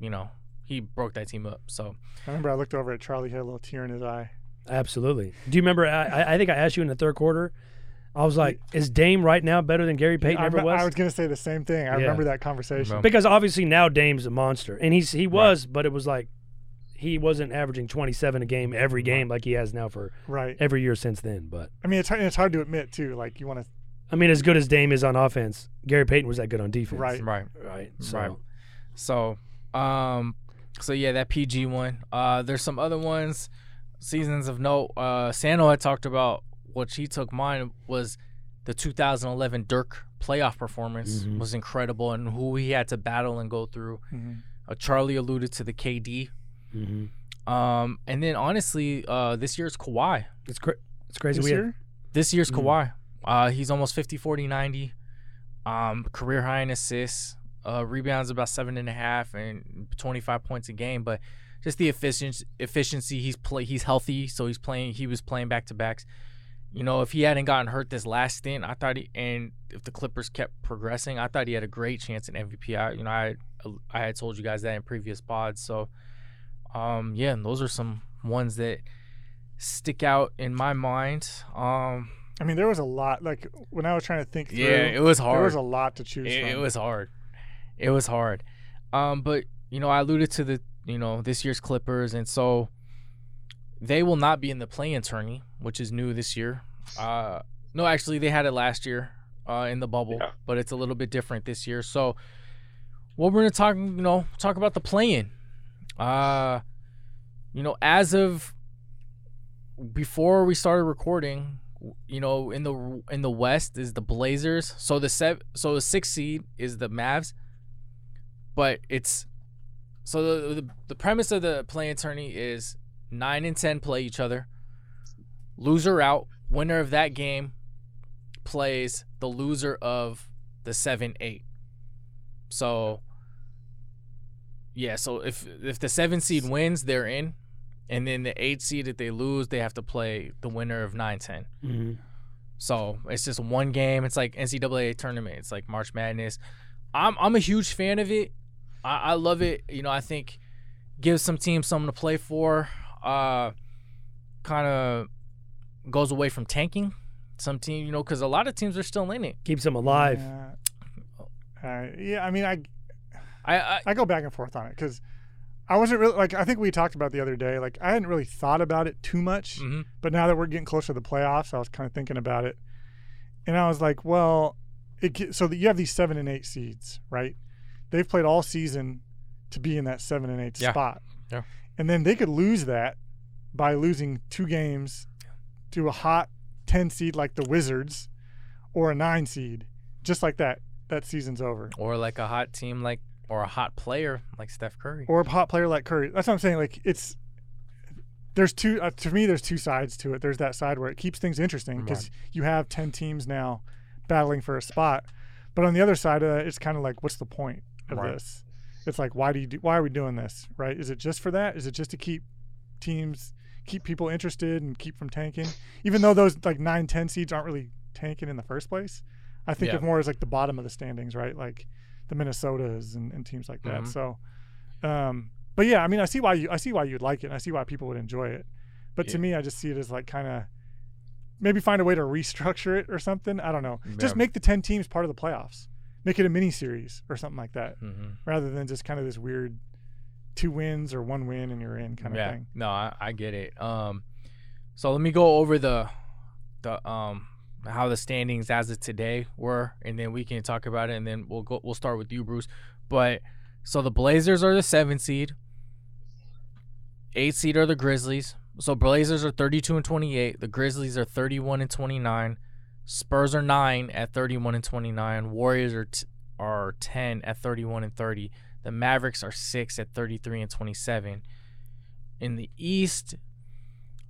you know, he broke that team up. So I remember I looked over at Charlie, he had a little tear in his eye. Absolutely. Do you remember? I, I- I think I asked you in the third quarter. I was like, "Is Dame right now better than Gary Payton I, ever I was was?" gonna say the same thing. I Yeah. remember that conversation. Remember. Because obviously now Dame's a monster, and he's he was, but it was like he wasn't averaging 27 a game every game like he has now for Right. every year since then. But I mean, it's hard, it's hard to admit too. Like you want to I mean, as good as Dame is on offense, Gary Payton was that good on defense. Right. right. Right. So Right. So, um, so yeah, that PG one. Uh, there's some other ones, seasons of note. Uh, Sano had talked about what she took mine was the 2011 Dirk playoff performance Mm-hmm. Mhm. was incredible and who he had to battle and go through. Uh, Charlie alluded to the KD. mhm. Um, and then honestly, uh, this year's Kawhi. it's cra- it's crazy. this we had- year. This year's Mm. Kawhi. Uh, he's almost 50, 40, 90. Um, career high in assists, uh, rebounds about seven and a half, and 25 points a game. But just the efficiency, efficiency. He's play. He's healthy, so he's playing. He was playing back to backs. You know, if he hadn't gotten hurt this last stint, I thought he and if the Clippers kept progressing, I thought he had a great chance in MVP. I, you know, I I had told you guys that in previous pods. So, um, yeah, and those are some ones that stick out in my mind. Um, I mean, there was a lot. Like when I was trying to think through, yeah, it was hard. there was a lot to choose it, from. it was hard. It was hard. Um, but you know, I alluded to the you know this year's Clippers, and so they will not be in the play-in tourney, which is new this year. Uh, no, actually, they had it last year uh, in the bubble, Yeah. but it's a little bit different this year. So, what we're gonna talk, you know, talk about the play-in. Uh, you know, as of before we started recording, you know, in the in the West is the Blazers. So the sev- so the sixth seed is the Mavs, but it's so the the, the premise of the playing tourney is nine and ten play each other. Loser out. Winner of that game plays the loser of the seven eight. So yeah, so if if the seven seed wins, they're in. And then the eight seed, if they lose, they have to play the winner of 9 10. Mhm. So it's just one game. It's like NCAA tournament. It's like March Madness. I'm I'm a huge fan of it. I, I love it. You know, I think gives some teams something to play for. Uh, kind of goes away from tanking. Some team, you know, because a lot of teams are still in it. keeps them alive. Uh, uh, yeah, I mean, I I, I I go back and forth on it because I wasn't really like I think we talked about the other day. Like I hadn't really thought about it too much, Mhm. but now that we're getting closer to the playoffs, I was kind of thinking about it, and I was like, well, it ge- so that you have these seven and eight seeds, right? They've played all season to be in that seven and eight Yeah. spot, Yeah. and then they could lose that by losing two games to a hot ten seed like the Wizards or a nine seed, just like that. That season's over. or like a hot team, like or a hot player like Steph Curry. or a hot player like Curry. That's what I'm saying. Like it's there's two uh, to me. There's two sides to it. There's that side where it keeps things interesting because you have ten teams now battling for a spot, but on the other side of that, it's kind of like what's the point of Right. this? It's like why do you do, why are we doing this? Right? Is it just for that? Is it just to keep teams keep people interested and keep from tanking? Even though those like nine ten seeds aren't really tanking in the first place, I think Yeah. of more as like the bottom of the standings, right? Like the Minnesotas and, and teams like that. Mhm. So, um, but yeah, I mean, I see why you I see why you'd like it. and I see why people would enjoy it. But to Yeah. me, I just see it as like kind of maybe find a way to restructure it or something. I don't know. Just Yeah. make the ten teams part of the playoffs. Make it a mini series or something like that, hmm rather than just kind of this weird two wins or one win and you're in kind of thing. No, I, I get it. Um, so let me go over the the um how the standings as of today were, and then we can talk about it, and then we'll go. We'll start with you, Bruce. But So the Blazers are the seven seed. Eight seed are the Grizzlies. So Blazers are 32 and 28. The Grizzlies are 31 and 29. Spurs are nine at 31 and 29. Warriors are t- are 10 at 31 and 30. The Mavericks are six at 33 and 27. In the East,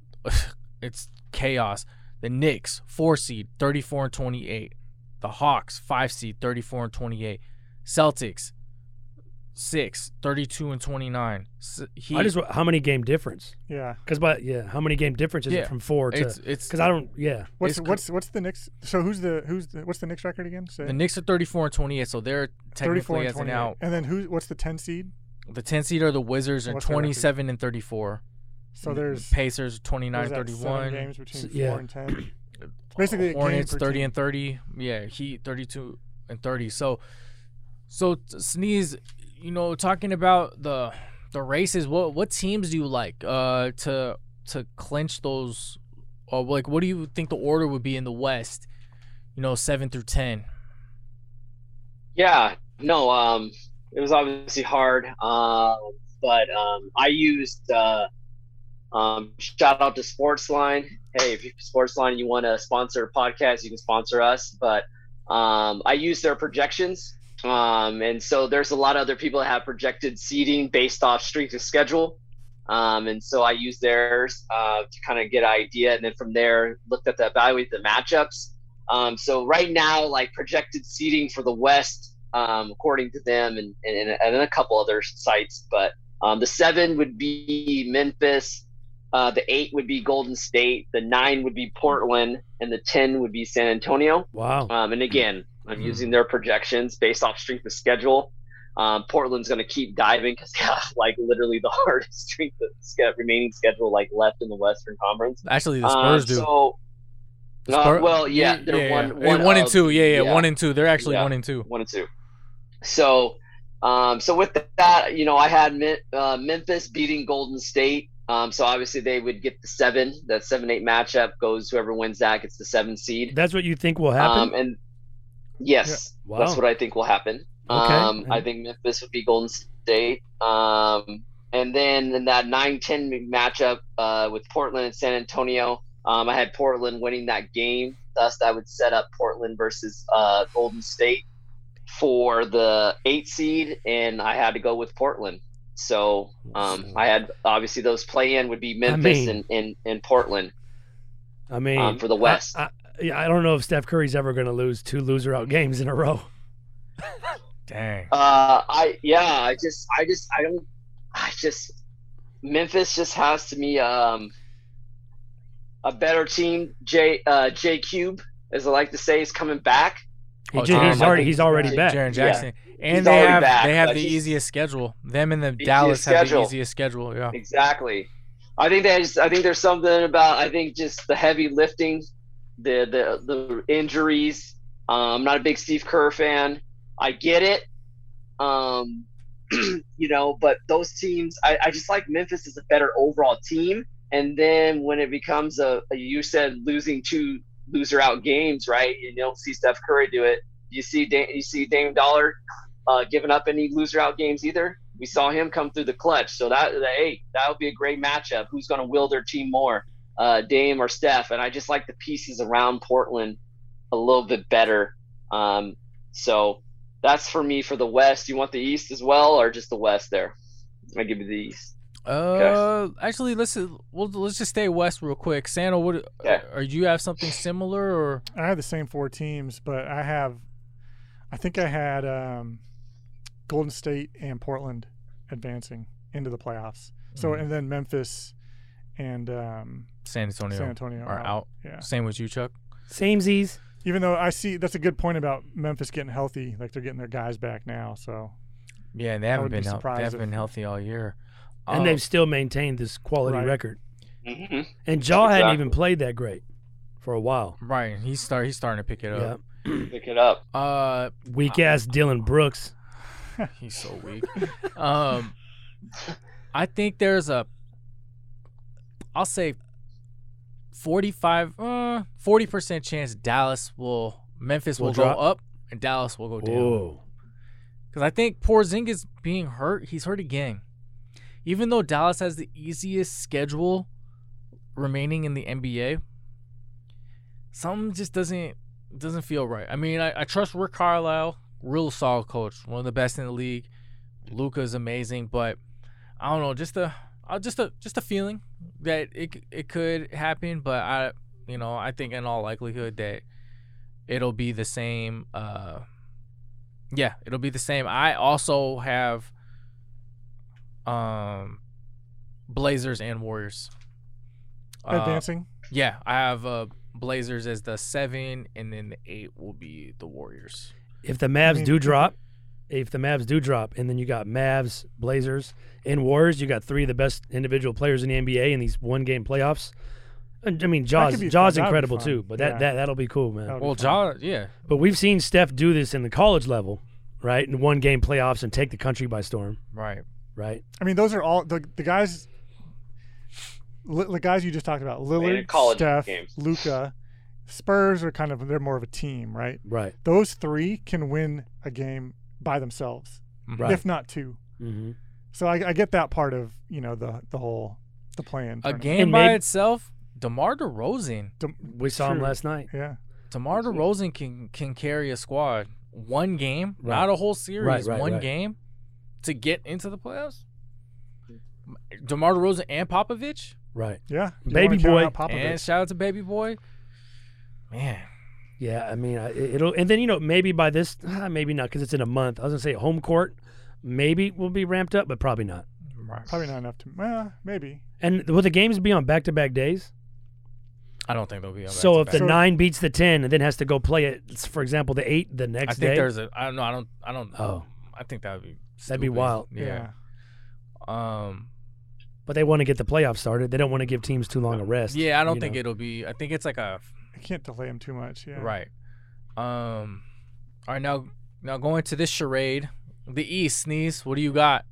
it's chaos. The Knicks, four seed, 34 and 28. The Hawks, five seed, 34 and 28. Celtics, six, 32 and 29. S- Heat, I just wa- how many game difference? Yeah. Because but yeah, how many game difference is Yeah, it from four to? it's it's Because I don't. Yeah, It's What's cr- what's what's the Knicks? So who's the who's the, what's the Knicks record again? Say the Knicks are 34 and 28, so they're thirty-four technically and as an twenty. out. And then who's what's the ten seed? The 10 seed are the Wizards and What's their record? 27 and 34. So And the there's Pacers 29 what is that, seven 31. games between S- four yeah. and ten. Basically, a game Hornets per 30 team. and 30. Yeah, Heat 32 and 30. So so t- sneeze, you know, talking about the the races, what what teams do you like uh to to clinch those or like what do you think the order would be in the West? You know, 7 through 10. Yeah, no, um, it was obviously hard, um, but um, I used uh, um, shout out to Sportsline. Hey, if you Sportsline, you want to sponsor a podcast, you can sponsor us. But um, I use their projections, um, and so there's a lot of other people that have projected seeding based off strength of schedule. Um, and so I used theirs uh, to kind of get an idea, and then from there looked at the evaluate the matchups. Um, so right now, like projected seating for the West, um, according to them, and and, and then a couple other sites, but um, the seven would be Memphis, uh, the eight would be Golden State, the nine would be Portland, and the ten would be San Antonio. wow. Um, and again, I'm Mhm. using their projections based off strength of schedule. Um, Portland's going to keep diving because they have like literally the hardest strength of ske- remaining schedule like left in the Western Conference. Actually, the Um, Spurs do. So, uh, Spur- well, yeah, they're one, one, one and of- two. Yeah, yeah, yeah. one and two. They're actually Yeah. one and two. one and two. So, um, so with that, you know, I had Mem- uh, Memphis beating Golden State. Um, so obviously they would get the seven. That seven eight matchup goes whoever wins that gets the seven seed. That's what you think will happen? Um, and yes, wow. that's what I think will happen. Okay. Um, I think Memphis would be Golden State. Um, and then in that 9 10 matchup uh, with Portland and San Antonio, um, I had Portland winning that game. Thus, I would set up Portland versus uh, Golden State for the eight seed, and I had to go with Portland. So um, I had obviously those play in would be Memphis mean- and, and, and Portland. I mean, um, for the West. I, I, yeah, I don't know if Steph Curry's ever going to lose two loser out games in a row. Dang. Uh, I yeah, I just I just I don't I just Memphis just has to me um a better team. J uh J Cube, as I like to say, is coming back. He Oh, just, Jaron he's already Jackson. he's already back. Jaron Yeah. Jackson, and He's they already have back, they have but the he's- easiest schedule. Them and the Easiest Dallas have the schedule. easiest schedule. Yeah. Exactly. I think that is I think there's something about I think just the heavy lifting, the the the injuries. Um, I'm not a big Steve Kerr fan. I get it. Um, you know, but those teams I, I just like Memphis is a better overall team. And then when it becomes a, a you said losing two loser out games, right? You don't see Steph Curry do it. You see da- you see Dame Dollar uh, giving up any loser out games either. We saw him come through the clutch. So that, that hey, that would be a great matchup. Who's going to will their team more, uh, Dame or Steph? And I just like the pieces around Portland a little bit better. Um, so that's for me for the West. You want the East as well, or just the West there? I give you the East. Uh, actually, let's we'll, let's just stay west real quick. Santa, what? uh, Yeah. Or do you have something similar or? I have the same four teams, but I have, I think I had um, Golden State and Portland advancing into the playoffs. So Mhm. and then Memphis and um, San Antonio, San Antonio are out. Yeah, Same with you, Chuck. Samesies. even though I see that's a good point about Memphis getting healthy, like they're getting their guys back now. So Yeah, and they haven't would be been out. They surprised haven't if- been healthy all year. And Um, they've still maintained this quality Right. record. Mm-hmm. And Jaw hadn't Exactly. even played that great for a while. Right, Um, he's start he's starting to pick it Yeah. up. Pick it up. Uh, Weak ass Dylan Brooks. He's so weak. um, I think there's a, I'll say, 45, forty percent chance Dallas will, Memphis will, Will go drop? Oh, up and Dallas will go down Whoa. Because I think Porzingis being hurt, he's hurt again. Even though Dallas has the easiest schedule remaining in the NBA, something just doesn't doesn't feel right. I mean, I, I trust Rick Carlisle, real solid coach, one of the best in the league. Luca's amazing, but I don't know, just a uh, just a just a feeling that it c- it could happen, but I you know I think in all likelihood that it'll be the same. Uh, yeah, it'll be the same. I also have um Blazers and Warriors. Uh, Advancing. yeah, I have uh, Blazers as the seven, and then the eight will be the Warriors. If the Mavs mean- do drop, if the Mavs do drop, and then you got Mavs, Blazers, and Warriors, you got three of the best individual players in the NBA in these one game playoffs. And, I mean, Jaws, could be Jaws fun. That'd be incredible fun. too, but that, Yeah. that that'll be cool, man. That would be Well, fun. Ja, yeah, But we've seen Steph do this in the college level, right? In one game playoffs and take the country by storm, right. right? I mean, those are all the, the guys. Li, the guys you just talked about, They Lillard, had college Steph, games. Luca, Spurs are kind of they're more of a team, right? Right. Those three can win a game by themselves, Mhm. Right. if not two. Mm-hmm. So I, I get that part of you know the the whole the plan. A And game by may- itself, DeMar DeRozan. We saw him True. last night. Yeah, DeMar DeRozan can can carry a squad one game, Right. not a whole series, Right, right, one right. game to get into the playoffs. DeMar DeRozan and Popovich, Right. yeah. You Baby wanna count boy. out Popovich. and shout out to Baby Boy. Man, Yeah, I mean, I- it- it'll, and then you know, maybe by this, ah, maybe not, because it's in a month. I was gonna say home court, maybe will be ramped up, but probably not. Probably not enough to. Well, maybe. And will the games be on back to back days? I don't think they'll be. on So if back-to-back. the So- nine beats the ten, and then has to go play it, for example, the eight the I next think day. there's a, I don't know, I don't, I don't. oh, I think that would be. That'd be stupid. wild. Yeah. Um. but they want to get the playoffs started. They don't want to give teams too long a rest. Yeah, I don't you think know. it'll be. I think it's like a I can't delay him too much. Yeah. Right. Um. All right. Now, now going to this charade, the East sneeze. What do you got?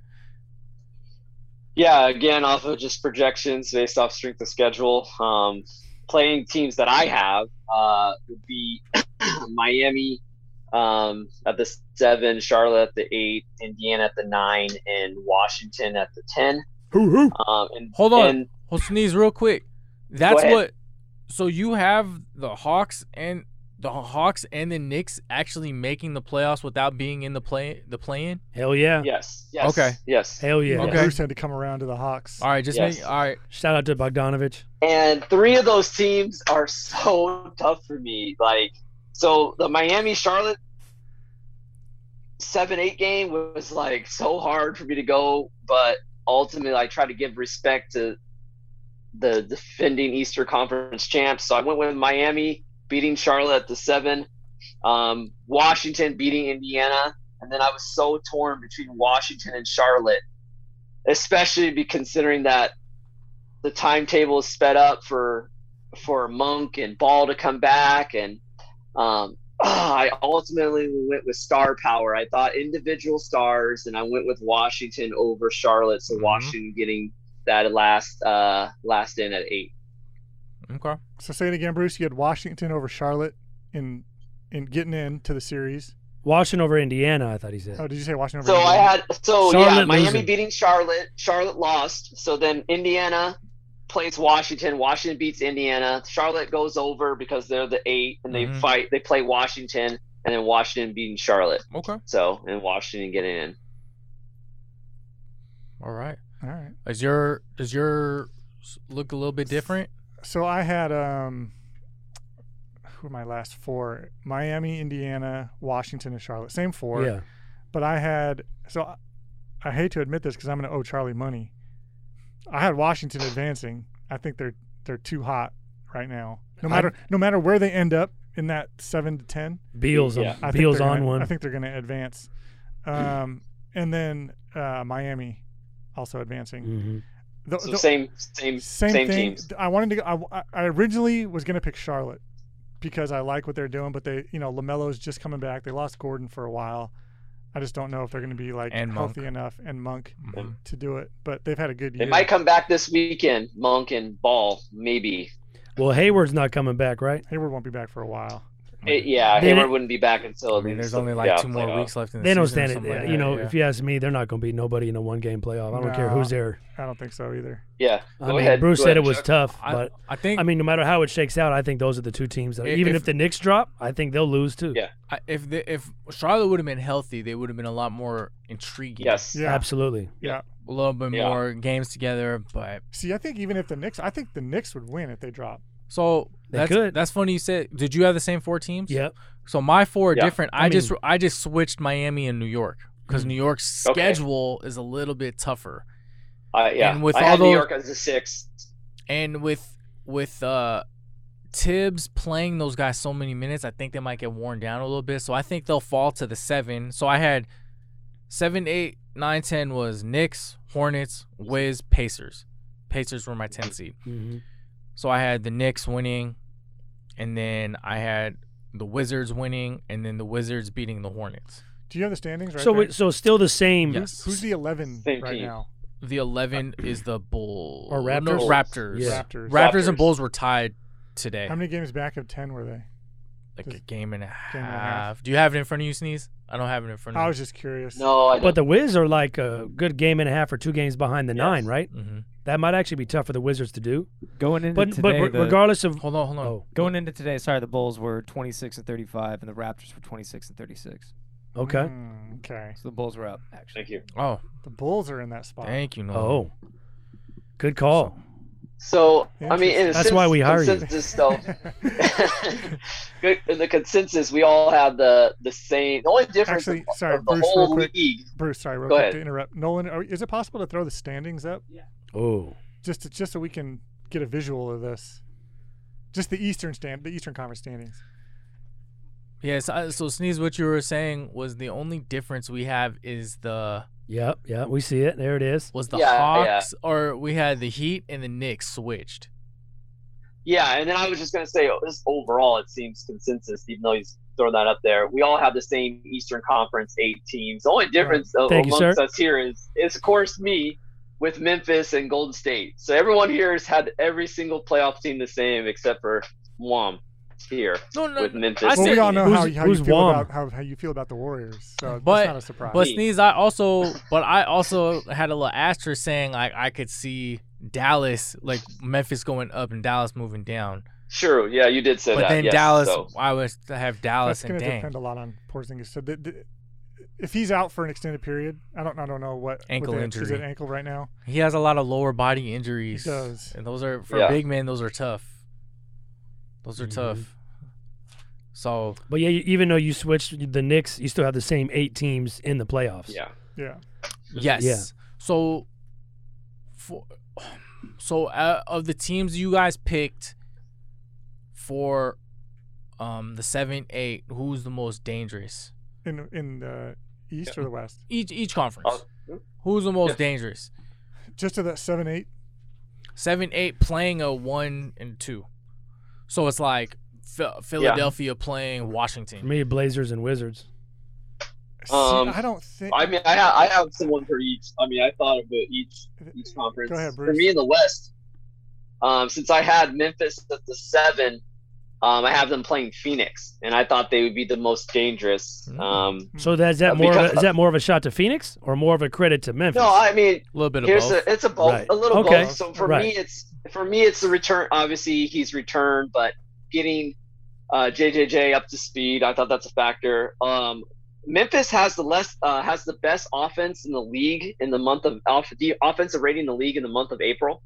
Yeah, again, off of just projections based off strength of schedule. Um, playing teams that I have uh, would be Miami um, at the seven, Charlotte at the eight, Indiana at the nine, and Washington at the ten. Hoo, hoo. Um, and Hold on. and Hold sneeze real quick. That's ahead. what. So you have the Hawks and the Hawks and the Knicks actually making the playoffs without being in the play the play-in. Hell yeah. yes, yes, Okay. yes. Hell yeah. Okay. Bruce had to come around to the Hawks. All right. Just Yes. make. All right. Shout out to Bogdanovich. And three of those teams are so tough for me. Like, so the Miami Charlotte seven eight game was like so hard for me to go, but ultimately I try to give respect to the defending Easter Conference champs. So I went with Miami beating Charlotte at the seven, um, Washington beating Indiana, and then I was so torn between Washington and Charlotte, especially be considering that the timetable is sped up for for Monk and Ball to come back, and um, I ultimately went with star power. I thought individual stars, and I went with Washington over Charlotte. So Mhm. Washington getting that last uh, last in at eight. Okay. So say it again, Bruce. You had Washington over Charlotte in in getting in to the series. Washington over Indiana, I thought he Oh, said. did you say Washington? Over So I Indiana? had so yeah, Charlotte Miami losing. beating Charlotte. Charlotte lost. So then Indiana plays Washington. Washington beats Indiana. Charlotte goes over because they're the eight, and they Mhm. fight. They play Washington, and then Washington beating Charlotte. Okay. So and Washington getting in. All right. All right. Is your does your s- look a little bit different? So I had um, who are my last four? Miami, Indiana, Washington, and Charlotte. Same four. yeah. But I had so I, I hate to admit this because I'm going to owe Charlie money. I had Washington advancing. I think they're they're too hot right now. No I- matter no matter where they end up in that seven to ten, Beals, Yeah. I think Beals they're on gonna- one. I think they're going to advance. Um, and then uh, Miami also advancing. Mhm. The- So the- same same same, same, thing. teams. I wanted to. go- I, I originally was going to pick Charlotte because I like what they're doing, but they, you know, Lamelo's just coming back. They lost Gordon for a while. I just don't know if they're going to be like And Monk. healthy enough and Monk Mm-hmm. Mhm. to do it. But they've had a good They year. might come back this weekend. Monk and Ball maybe. Well, Hayward's not coming back, right? Hayward won't be back for a while. It- yeah, They Hayward didn't- wouldn't be back until I mean, there's only like uh, two more weeks left in the They don't season or stand it. something like you that, know, yeah. if you ask me, they're not going to beat nobody in a one game playoff. I don't care No. who's there. I don't think so either. Yeah, I go mean, ahead. Bruce go said ahead, it was Chuck. tough, I, but I think I mean, no matter how it shakes out, I think those are the two teams that, I- even if- if, the Knicks drop, I think they'll lose too. Yeah. I, if the, if Charlotte would have been healthy, they would have been a lot more intriguing. Yes. Yeah. Absolutely. a little bit Yeah. more games together. But See, I think even if the Knicks, I think the Knicks would win if they drop. so They that's could. that's funny. You said did you have the same four teams? Yep. So my four are Yeah. different. I, I Mm-hmm. just I just switched Miami and New York because New York's Okay. schedule is a little bit tougher. I, yeah. And with I all had New those- York as a six. And with with uh Tibbs playing those guys so many minutes, I think they might get worn down a little bit. So I think they'll fall to the seven. So I had seven, eight, nine, ten was Knicks, Hornets, Wiz, Pacers. Pacers were my ten seed. Mm-hmm. hmm So I had the Knicks winning, and then I had the Wizards winning, and then the Wizards beating the Hornets. Do you have the standings right So, there? it- so still the same. Yes. Who's the 11 Same right team. now? The 11 is the Bulls. Or No, Raptors? Raptors. Yeah. Raptors. Raptors. and Raptors. Bulls were tied today. How many games back of 10 were they? like a does- game and a Game and a half. half. Oh, Do you have it in front of you, Sneeze? I don't have it in front I of was just curious. No, I don't. But the Wiz are like a good game and a half or two games behind the Yes. nine, right? me. Mm-hmm. That might actually be tough for the Wizards to do. Going into But today, but re- the, regardless of Hold on, hold on. oh going into today, sorry, the Bulls were 26 and 35, and the Raptors were 26 and 36. okay Mm, okay. So the Bulls were up actually. Thank you. Oh, The Bulls are in that spot. thank you, Mm-hmm. Nolan. oh good call. So I mean, in a That's sense- why we hire you. consensus, though. Good- in the consensus, we all have the the same. The only difference Actually, of- sorry, of the Bruce, real whole quick. league. Bruce, sorry, real Go quick ahead. to interrupt. Nolan, are, is it possible to throw the standings up Oh just to, just so we can get a visual of this? Just the Eastern stand, the Eastern Conference standings. Yes. I- so, Sneeze, what you were saying was the only difference we have is the yep yeah we see it there it is was the Yeah, yeah. Hawks, or we had the Heat and the Knicks switched. Yeah, and then I was just gonna say, oh, just overall, it seems consensus. Even though he's throwing that up there, we all have the same Eastern Conference eight teams. The only difference though, Thank you, amongst sir. us here is, is of course, me with Memphis and Golden State. So everyone here has had every single playoff team the same, except for Guam here No, no. with no. Memphis. I well, said- we all know how, Who's- how you who's feel Wong? about how, how you feel about the Warriors, so But- it's not a surprise. But Me. sneeze, I also, but I also had a little asterisk saying like I could see Dallas, like Memphis going up and Dallas moving down. Sure, yeah, you did say But that. then yes, Dallas, so- I was to have Dallas That's and going to Dang depend a lot on Porzingis. So the, the, if he's out for an extended period, I don't I don't know what what Ankle the- Is injury. it ankle right now? He has a lot of lower body injuries. He does. and those are for Yeah. big men. Those are tough. Those are Mm-hmm. tough. So but yeah you- even though you switched the Knicks you still have the same eight teams in the playoffs yeah. Yeah. yes, so for so uh, of the teams you guys picked for um the seven eight, who's the most dangerous? In in the East or the West? each each conference. Oh, Who's the most Yes. dangerous? Just to that seven eight. Seven, eight playing a one and two. So it's like Phil- Philadelphia playing for Washington. me Blazers and Wizards See, Um, I don't think. I mean, I, ha- I have someone for each. I mean, I thought of it each each conference. Go ahead, For Bruce. me in the West, um, since I had Memphis at the seven, um, I have them playing Phoenix, and I thought they would be the most dangerous. Mm. Um, so that- is that Uh, more of a, because- is that more of a shot to Phoenix or more of a credit to Memphis no, I mean, A little bit of here's both. a, it's a both, Right. a little Okay. both. So for Right. me, it's for me, it's the return. Obviously, he's returned, but getting uh, JJJ up to speed, I thought that's a factor. Um, Memphis has the less uh, has the best offense in the league in the month of alpha, the offensive rating in the league in the month of April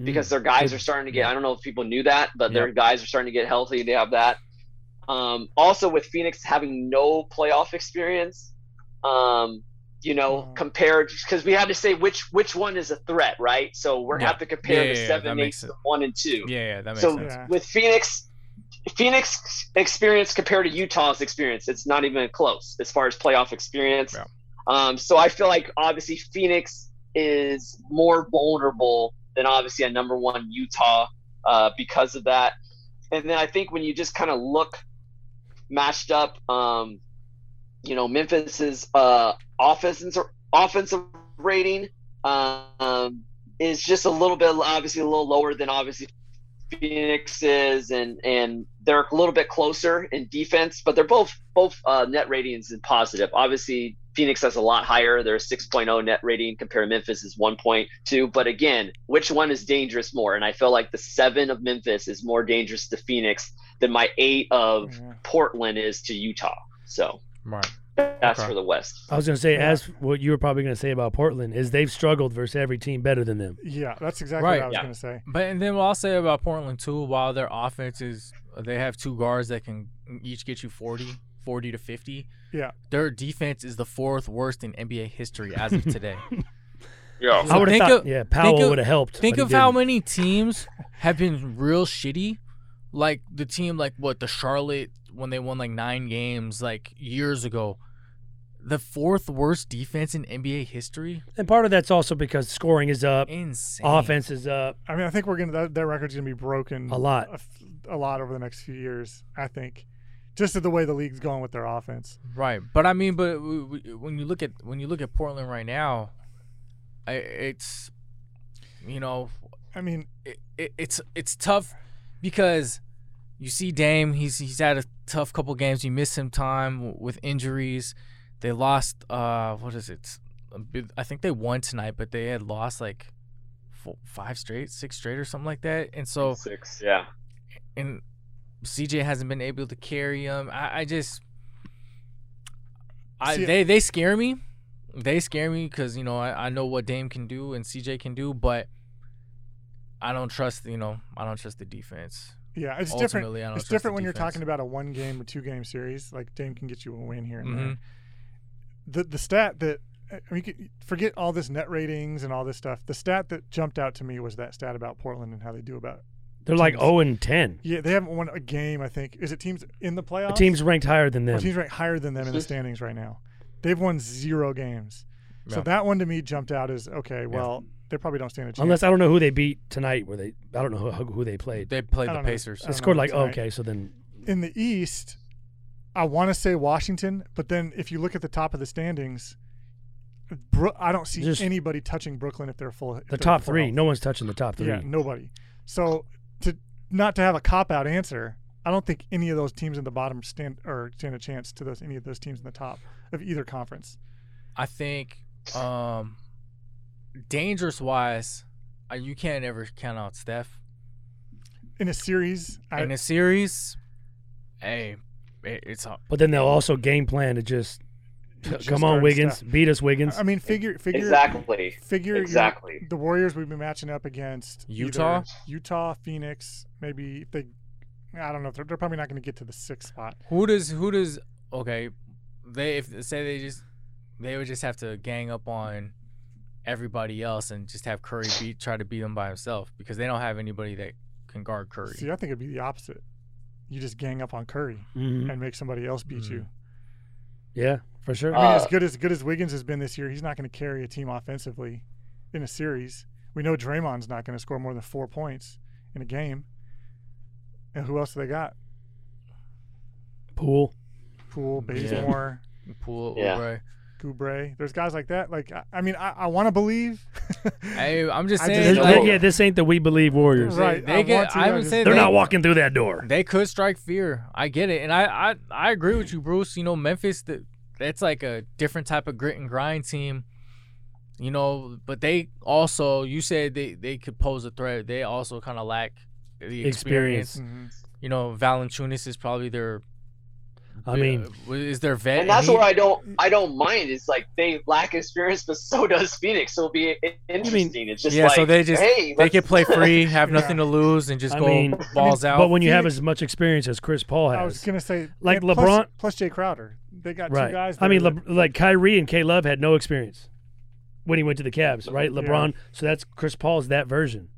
Mm. because their guys are starting to get. I don't know if people knew that, but their guys are starting to get healthy. They have that. Um, also, with Phoenix having no playoff experience, um, you know, Mm. Mhm. compared because we had to say which which one is a threat, right? So we're Yeah. have to compare Yeah, yeah, the yeah, that seven, eight, makes the sense. one, and two. yeah, yeah, that makes so sense. Yeah. with Phoenix, Phoenix experience compared to Utah's experience, it's not even close as far as playoff experience. Yeah. Um, so I feel like obviously Phoenix is more vulnerable than obviously a number one Utah uh, because of that. And then I think when you just kind of look matched up, um, you know, Memphis's uh, offensive offensive rating um, is just a little bit obviously a little lower than obviously Phoenix is, and and they're a little bit closer in defense, but they're both both uh, net ratings and positive. Obviously, Phoenix has a lot higher. They're a 6.0 net rating compared to Memphis is 1.2. But again, which one is dangerous more? And I feel like the seven of Memphis is more dangerous to Phoenix than my eight of Yeah. Portland is to Utah. So Right. that's Okay. Uh, for the West. I was going to say, Yeah. as what you were probably going to say about Portland is they've struggled versus every team better than them. Yeah, that's exactly Right. what I was Yeah. gonna say. But and then what I'll say about Portland too, while their offense is they have two guards that can each get you 40, 40 to 50. Yeah. Their defense is the fourth worst in NBA history as of today. Yeah. So I would have think thought, of- yeah, Powell of- would have helped. Think but he of how didn't. many teams have been real shitty. Like the team like what the Charlotte when they won like 9 games like years ago. The fourth worst defense in NBA history. and part of that's also because scoring is up, Insane. offense is up. I mean, I think we're gonna that, that record's gonna be broken A Hmm. lot. a, f- a lot over the next few years. I think, just at the way the league's going with their offense. Right, but I mean, but w- w- when you look at when you look at Portland right now, I, it's you know I mean, it, it, it's it's tough because you see Dame, he's he's had a tough couple games. You miss him time w- with injuries. They lost. Uh, what is it? A bit- I think they won tonight, but they had lost like four, five straight, six straight, or something like that. And so Six. Yeah. and CJ hasn't been able to carry him. I, I just, I See- they they scare me. They scare me because you know I, I know what Dame can do and CJ can do, but I don't trust you know I don't trust the defense. yeah, it's different. Ultimately, I don't It's trust different when you're talking about a one game or two game series. Like Dame can get you a win here and hmm there. The the stat that I mean, you could- forget all this net ratings and all this stuff. The stat that jumped out to me was that stat about Portland and how they do about. They're like Teams. 0 and 10. Yeah, they haven't won a game. I think is it teams in the The playoffs? team's ranked higher than Or them. teams ranked higher than them in the standings right now. They've won zero games. So Yeah. that one to me jumped out as okay. Well, they probably don't stand a chance. Unless I don't know who they beat tonight, where they I don't know who, who they played. They played I the don't know. Pacers. I They don't scored know like tonight. okay, so then in the East, I want to say Washington, but then if you look at the top of the standings, Bro- I don't see Just- anybody touching Brooklyn if they're full. if the they're top full three. health. No one's touching the top three. yeah, nobody. So to not to have a cop out answer, I don't think any of those teams in the bottom stand or stand a chance to those any of those teams in the top of either conference. I think, um, dangerous wise, uh, you can't ever count out Steph. In a series, I, In a series, hey, it, it's a- But then they'll also game plan to just, Just come on guard Wiggins, Steph. beat us Wiggins. I mean, figure figure Exactly. figure your- Exactly. the Warriors we've been matching up against either Utah? Utah, Phoenix, maybe if they. I don't know. if They're, they're probably not going to get to the sixth spot. Who does who does okay? They if say they just they would just have to gang up on everybody else and just have Curry beat try to beat him by himself because they don't have anybody that can guard Curry. See, I think it'd be the opposite. You just gang up on Curry Mhm. and make somebody else beat Hmm. you. Yeah, for sure. I mean, as Uh, good as good as Wiggins has been this year, he's not going to carry a team offensively in a series. We know Draymond's not going to score more than four points in a game. And who else do they got? Pool. Poole, Yeah. Bazemore. Poole, Yeah. Oubre. Gubre. There's guys like that. Like I, I mean, I, I want to believe. Hey, I'm just I just saying. This- know- like, yeah, this ain't the we believe Warriors. They- right. they I get- want to, I would just- say They're they- not walking through that door. They could strike fear. I get it, and I I, I agree with you, Bruce. You know, Memphis that that's like a different type of grit and grind team. You know, but they also you said they they could pose a threat. They also kind of lack the experience. Experience. Mhm. you know, Valanciunas is probably their. I mean, uh, is their vet? And that's he- where I don't I don't mind. It's like they lack experience, but so does Phoenix. So it'll be i- interesting. it's just yeah. like so they just hey, they let's- can play free, have Yeah. nothing to lose, and just I go mean- balls out. but when you have Phoenix- as much experience as Chris Paul I was has, gonna say Like and plus- LeBron- plus Jay Crowder. They got right? two guys. I mean, there Le- like Kyrie and K Love had no experience when he went to the Cavs, right? Yeah. LeBron. So that's Chris Paul's that version.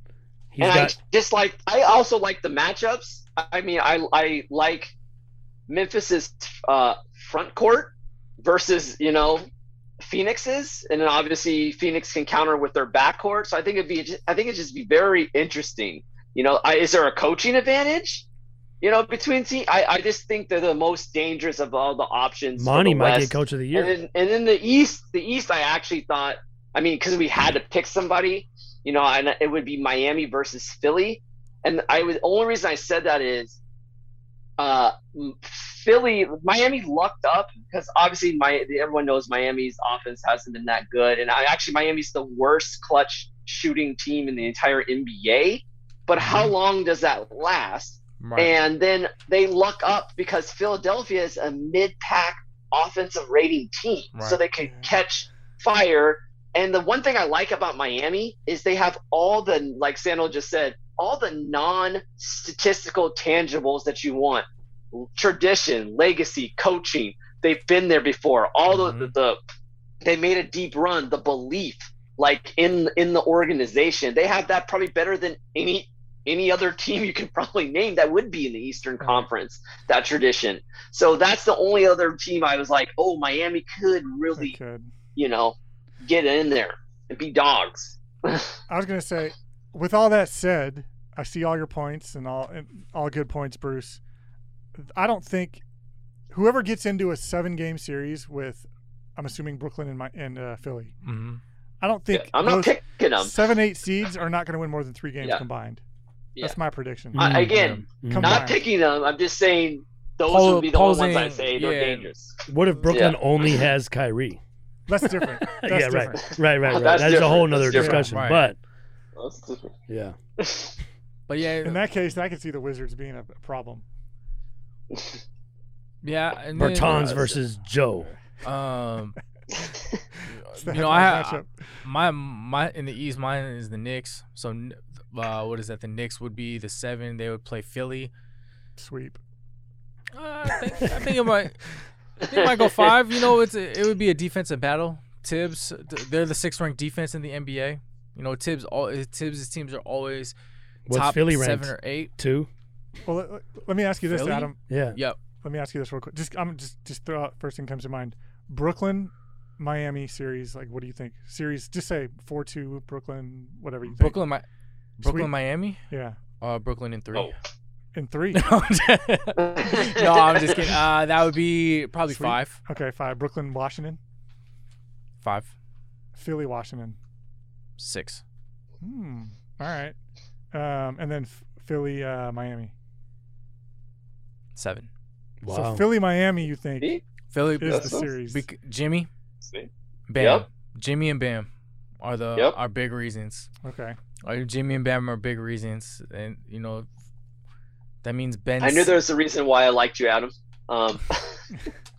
He's and got I just like I also like the matchups. I mean, I I like Memphis's uh, front court versus you know Phoenix's, and then obviously Phoenix can counter with their backcourt. So I think it'd be ju- I think it'd just be very interesting. You know, I, is there a coaching advantage? You know, between team, I, I just think they're the most dangerous of all the options. for Monty the might get West. coach of the year. And then, and then the East, the East, I actually thought, I mean, because we had to pick somebody, you know, and it would be Miami versus Philly. And I was the only reason I said that is uh, Philly, Miami lucked up because obviously my everyone knows Miami's offense hasn't been that good, and I, actually Miami's the worst clutch shooting team in the entire NBA. But how long does that last? Right. And then they luck up because Philadelphia is a mid-pack offensive rating team, so Right. they can catch fire. And the one thing I like about Miami is they have all the, like Sandal just said, all the non-statistical tangibles that you want: tradition, legacy, coaching. They've been there before. All the, Mhm. the they made a deep run. The belief, like in in the organization, they have that probably better than any any other team you could probably name that would be in the Eastern Conference, that tradition. So that's the only other team I was like, oh, Miami could They really, could. you know, get in there and be dogs. I was gonna say, with all that said, I see all your points and all and all good points, Bruce. I don't think whoever gets into a seven game series with, I'm assuming Brooklyn and my and uh, Philly. hmm I don't think I'm not those picking them. seven eight seeds are not going to win more than three games Yeah. combined. Yeah. That's my prediction. Mm, I, again, yeah. Come not on. picking them. I'm just saying those Pol- would be the only ones I posing, say they're yeah. dangerous. What if Brooklyn only has Kyrie? That's different. yeah, That's right. right, different. right, right. That's That's a whole different. nother That's different. discussion. Right. But That's different. yeah, But yeah, In that case, I could see the Wizards being a problem. yeah. And then, Bertans uh, versus Joe. um, It's you that know, I matchup. have my my in the East. Mine is the Knicks. So, n- uh, what is that? The Knicks would be the seven. They would play Philly. sweep. Uh, I think I think it might. I think it might go five. You know, it's a, it would be a defensive battle. Tibbs, th- they're the sixth ranked defense in the NBA. You know, Tibbs all Tibbs' teams are always What's top Philly seven ranked? or eight. Two. Well, let, let me ask you this, Philly? Adam. Yeah. Yep. Let me ask you this real quick. Just I'm just just throw out first thing comes to mind. Brooklyn, Miami series. Like, what do you think? Series. Just say four two Brooklyn. Whatever you think. Brooklyn, Mi- Brooklyn, Sweet. Miami. Yeah. Uh, Brooklyn in three. Oh. And three. no, I'm just kidding. Uh, that would be probably Sweet. five. okay, five. Brooklyn, Washington, Five, Philly, Washington. six. Hmm. All right. Um, and then F- Philly, uh, Miami. Seven. Wow. So Philly, Miami. You think See? Philly, is the That's- series? bec- Jimmy, See? Bam, Yep. Jimmy and Bam are the Yep. are big reasons. okay. Are Jimmy and Bam are big reasons, and you know that means Ben. I knew there was a reason why I liked you, Adam. Um,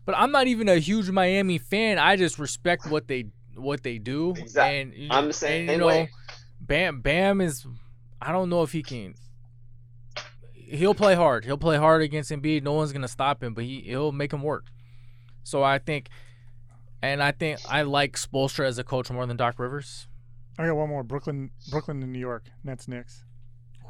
but I'm not even a huge Miami fan. I just respect what they what they do. Exact- And you- I'm the same and, you know, way. Bam, Bam is. I don't know if he can. He'll play hard. He'll play hard against Embiid. No one's gonna stop him, but he he'll make him work. So I think, and I think I like Spolstra as a coach more than Doc Rivers. I got one more. Brooklyn, Brooklyn, and New York. Nets, Knicks.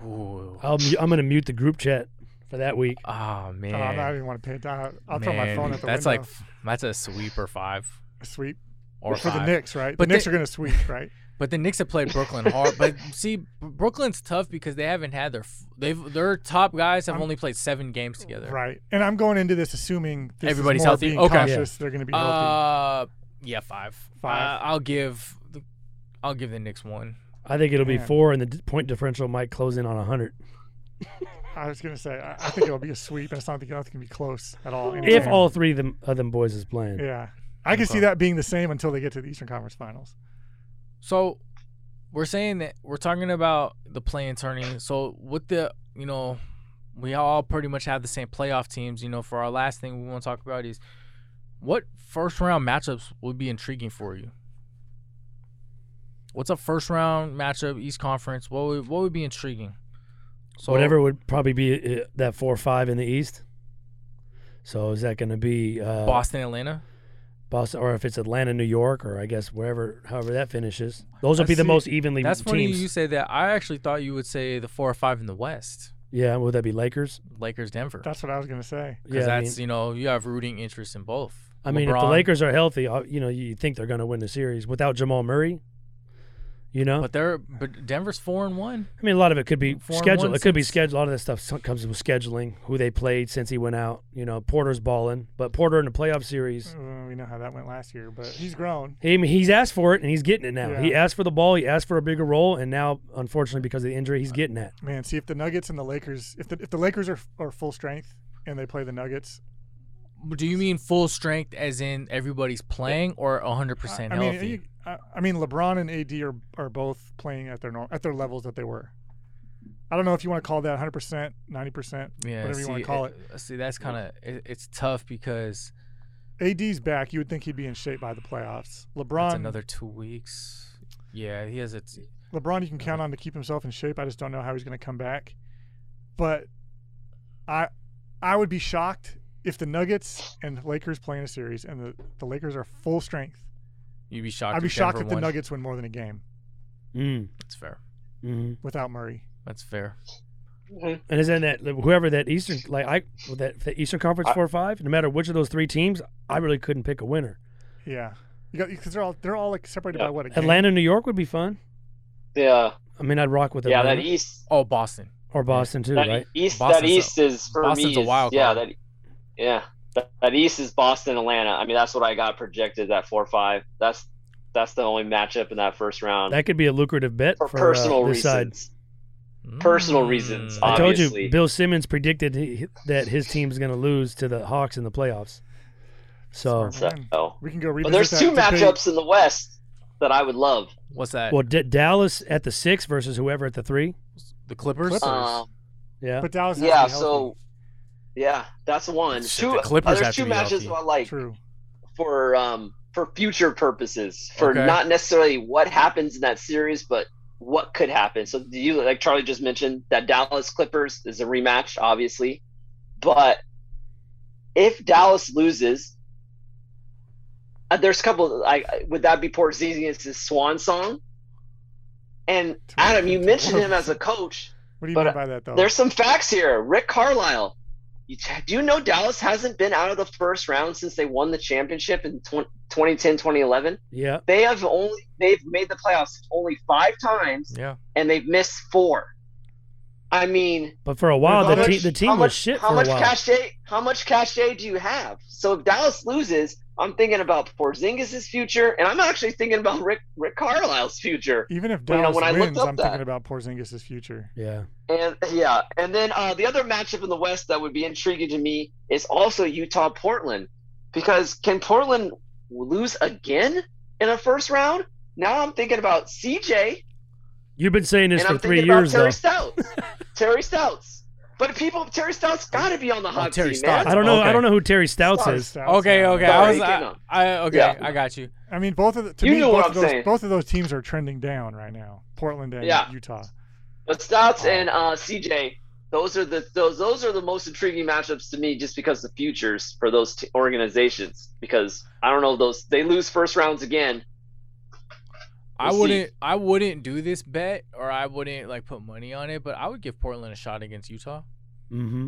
Ooh. I'll, mu- I'm going to mute the group chat for that week. Oh man. Oh, I don't even want to pay. it. I'll, I'll throw my Man, phone at the That's window. like that's a sweep or five sweep or for five. the Knicks, right? But the Knicks they- are going to sweep, right? But the Knicks have played Brooklyn hard. but see, Brooklyn's tough because they haven't had their f- they've their top guys have I'm- only played seven games together. Right. And I'm going into this assuming this is Everybody's more healthy? Being Okay. Cautious, They're going to be healthy. Uh, yeah, five. Five. Uh, I'll give the, I'll give the Knicks one. I think it'll be Man. four, and the d- point differential might close in on 100. I was going to say, I, I think it'll be a sweep. and It's not think it's going to be close at all. any If game. all three of them, of them boys is playing. Yeah. I can Okay. see that being the same until they get to the Eastern Conference Finals. So we're saying that we're talking about the playing tourney. So with the you know, we all pretty much have the same playoff teams. You know, for our last thing we want to talk about is what first round matchups would be intriguing for you. What's a first round matchup East Conference? What would what would be intriguing? So Whatever would probably be uh, that four or five in the East. So is that going to be uh, Boston, Atlanta. Boston, or if it's Atlanta, New York, or I guess wherever, however that finishes. Those will I be the see. most evenly That's funny teams. you say that. I actually thought you would say the four or five in the West, yeah, would that be Lakers? Lakers, Denver, because That's what I was going to say. Yeah, I mean, that's you know you have rooting interest in both. I mean if the LeBron- Lakers are healthy, uh, you know, you think they're going to win the series without Jamal Murray. You Oh. know, But they're but Denver's four and one. I mean, a lot of it could be Four and scheduled. one It could be since- scheduled. A lot of that stuff so- comes with scheduling, who they played since he went out. You know, Porter's balling, but Porter in the playoff series, Uh, we know how that went last year, but he's grown. he, I mean, he's asked for it and he's getting it now. He Yeah. asked for the ball, he asked for a bigger role, and now, unfortunately, because of the injury, he's getting that. Man, see if the Nuggets and the Lakers, if the if the Lakers are are full strength and they play the Nuggets, Do you mean full strength, as in everybody's playing, or hundred percent I mean, healthy? you- I, I mean, LeBron and AD are are both playing at their norm, at their levels that they were. I don't know if you want to call that 100 percent, 90 percent, yeah, whatever see, you want to call it. See, that's kind of it, it's tough because AD's back. You would think he'd be in shape by the playoffs. it's LeBron, another two weeks. Yeah, he has a. T- LeBron, you can count on to keep himself in shape. I just don't know how he's going to come back. But I, I would be shocked if the Nuggets and Lakers play in a series and the, the Lakers are full strength. you'd be shocked. I'd be if shocked Denver if the won. Nuggets win more than a game Mm. That's fair. mm-hmm. hmm without Murray. That's fair. Mm-hmm. And is not that whoever that Eastern like I with that the Eastern Conference I- four or five? No matter which of those three teams, I really couldn't pick a winner. Yeah, you got because they're all they're all like separated Yeah. by what a game? Atlanta, New York would be fun. Yeah, I mean, I'd rock with uh, yeah. Atlanta That East, Oh, Boston. or Boston too, that right? East, that Boston's a- East is for Boston's me. a is- wild yeah, card. that, yeah. That, that East is Boston, Atlanta. I mean, that's what I got projected at four five. That's that's the only matchup in that first round That could be a lucrative bet um, for, for, personal uh, this side. reasons. Personal reasons, Mm. uh, I I told- told you, Obviously. Bill Simmons predicted he, that his team's going to lose to the Hawks in the playoffs. So, Smart. So, Man. but We can go read. there's two matchups in the West that I would love. What's that? well, D- Dallas at the six versus whoever at the three. the Clippers. Clippers. Um, Yeah, But Dallas, has to yeah, be healthy. so yeah, that's one. Shit, two the Clippers uh, have there's to two be matches healthy. I like true. for um for future purposes, for Okay. not necessarily what happens in that series, but what could happen. So do you like Charlie just mentioned that Dallas Clippers is a rematch, obviously. But if Dallas loses, uh, there's a couple. I I- would that be Porzingis' swan song? And Adam, you mentioned him as a coach. What do you But, mean uh, by that Oh. though? There's some facts here. Rick Carlisle. You, do you know Dallas hasn't been out of the first round since they won the championship in tw- 2010, 2011? yeah. They have only they've made the playoffs only five times Yeah. and theyeyve missed four. I mean, But for a while, how the, te- much- the team how was much, shit How for much a while. cachet? How much cachet do you have? So if Dallas loses, I'm thinking about Porzingis' future, and I'm actually thinking about Rick Rick Carlisle's future. Even if Well, you know, Dallas when I looked wins, up I'm that- thinking about Porzingis' future. yeah, And yeah, and then uh, the other matchup in the West that would be intriguing to me is also Utah Portland, because can Portland lose again in a first round? Now I'm thinking about CJ, you've been saying this and for I'm three thinking years about Terry though. Stouts. Terry Stouts, but people, Terry Stouts got to be on the hot Terry seat, man. Stotts. Oh, I don't know. Okay. I don't know who Terry Stouts Sorry, is. Stouts, Okay. uh, Okay. Sorry, I was. you I, know. I okay. Yeah. I got you. I mean, both of the, to You me, know both what of I'm those, saying. both of those teams are trending down right now. Portland and Yeah. Utah. But Oh. Stouts and uh, CJ, those are the those those are the most intriguing matchups to me, just because the futures for those t- organizations. Because I don't know those they lose first rounds again. I We'll see. wouldn't. I wouldn't do this bet, or I wouldn't like put money on it. But I would give Portland a shot against Utah. hmm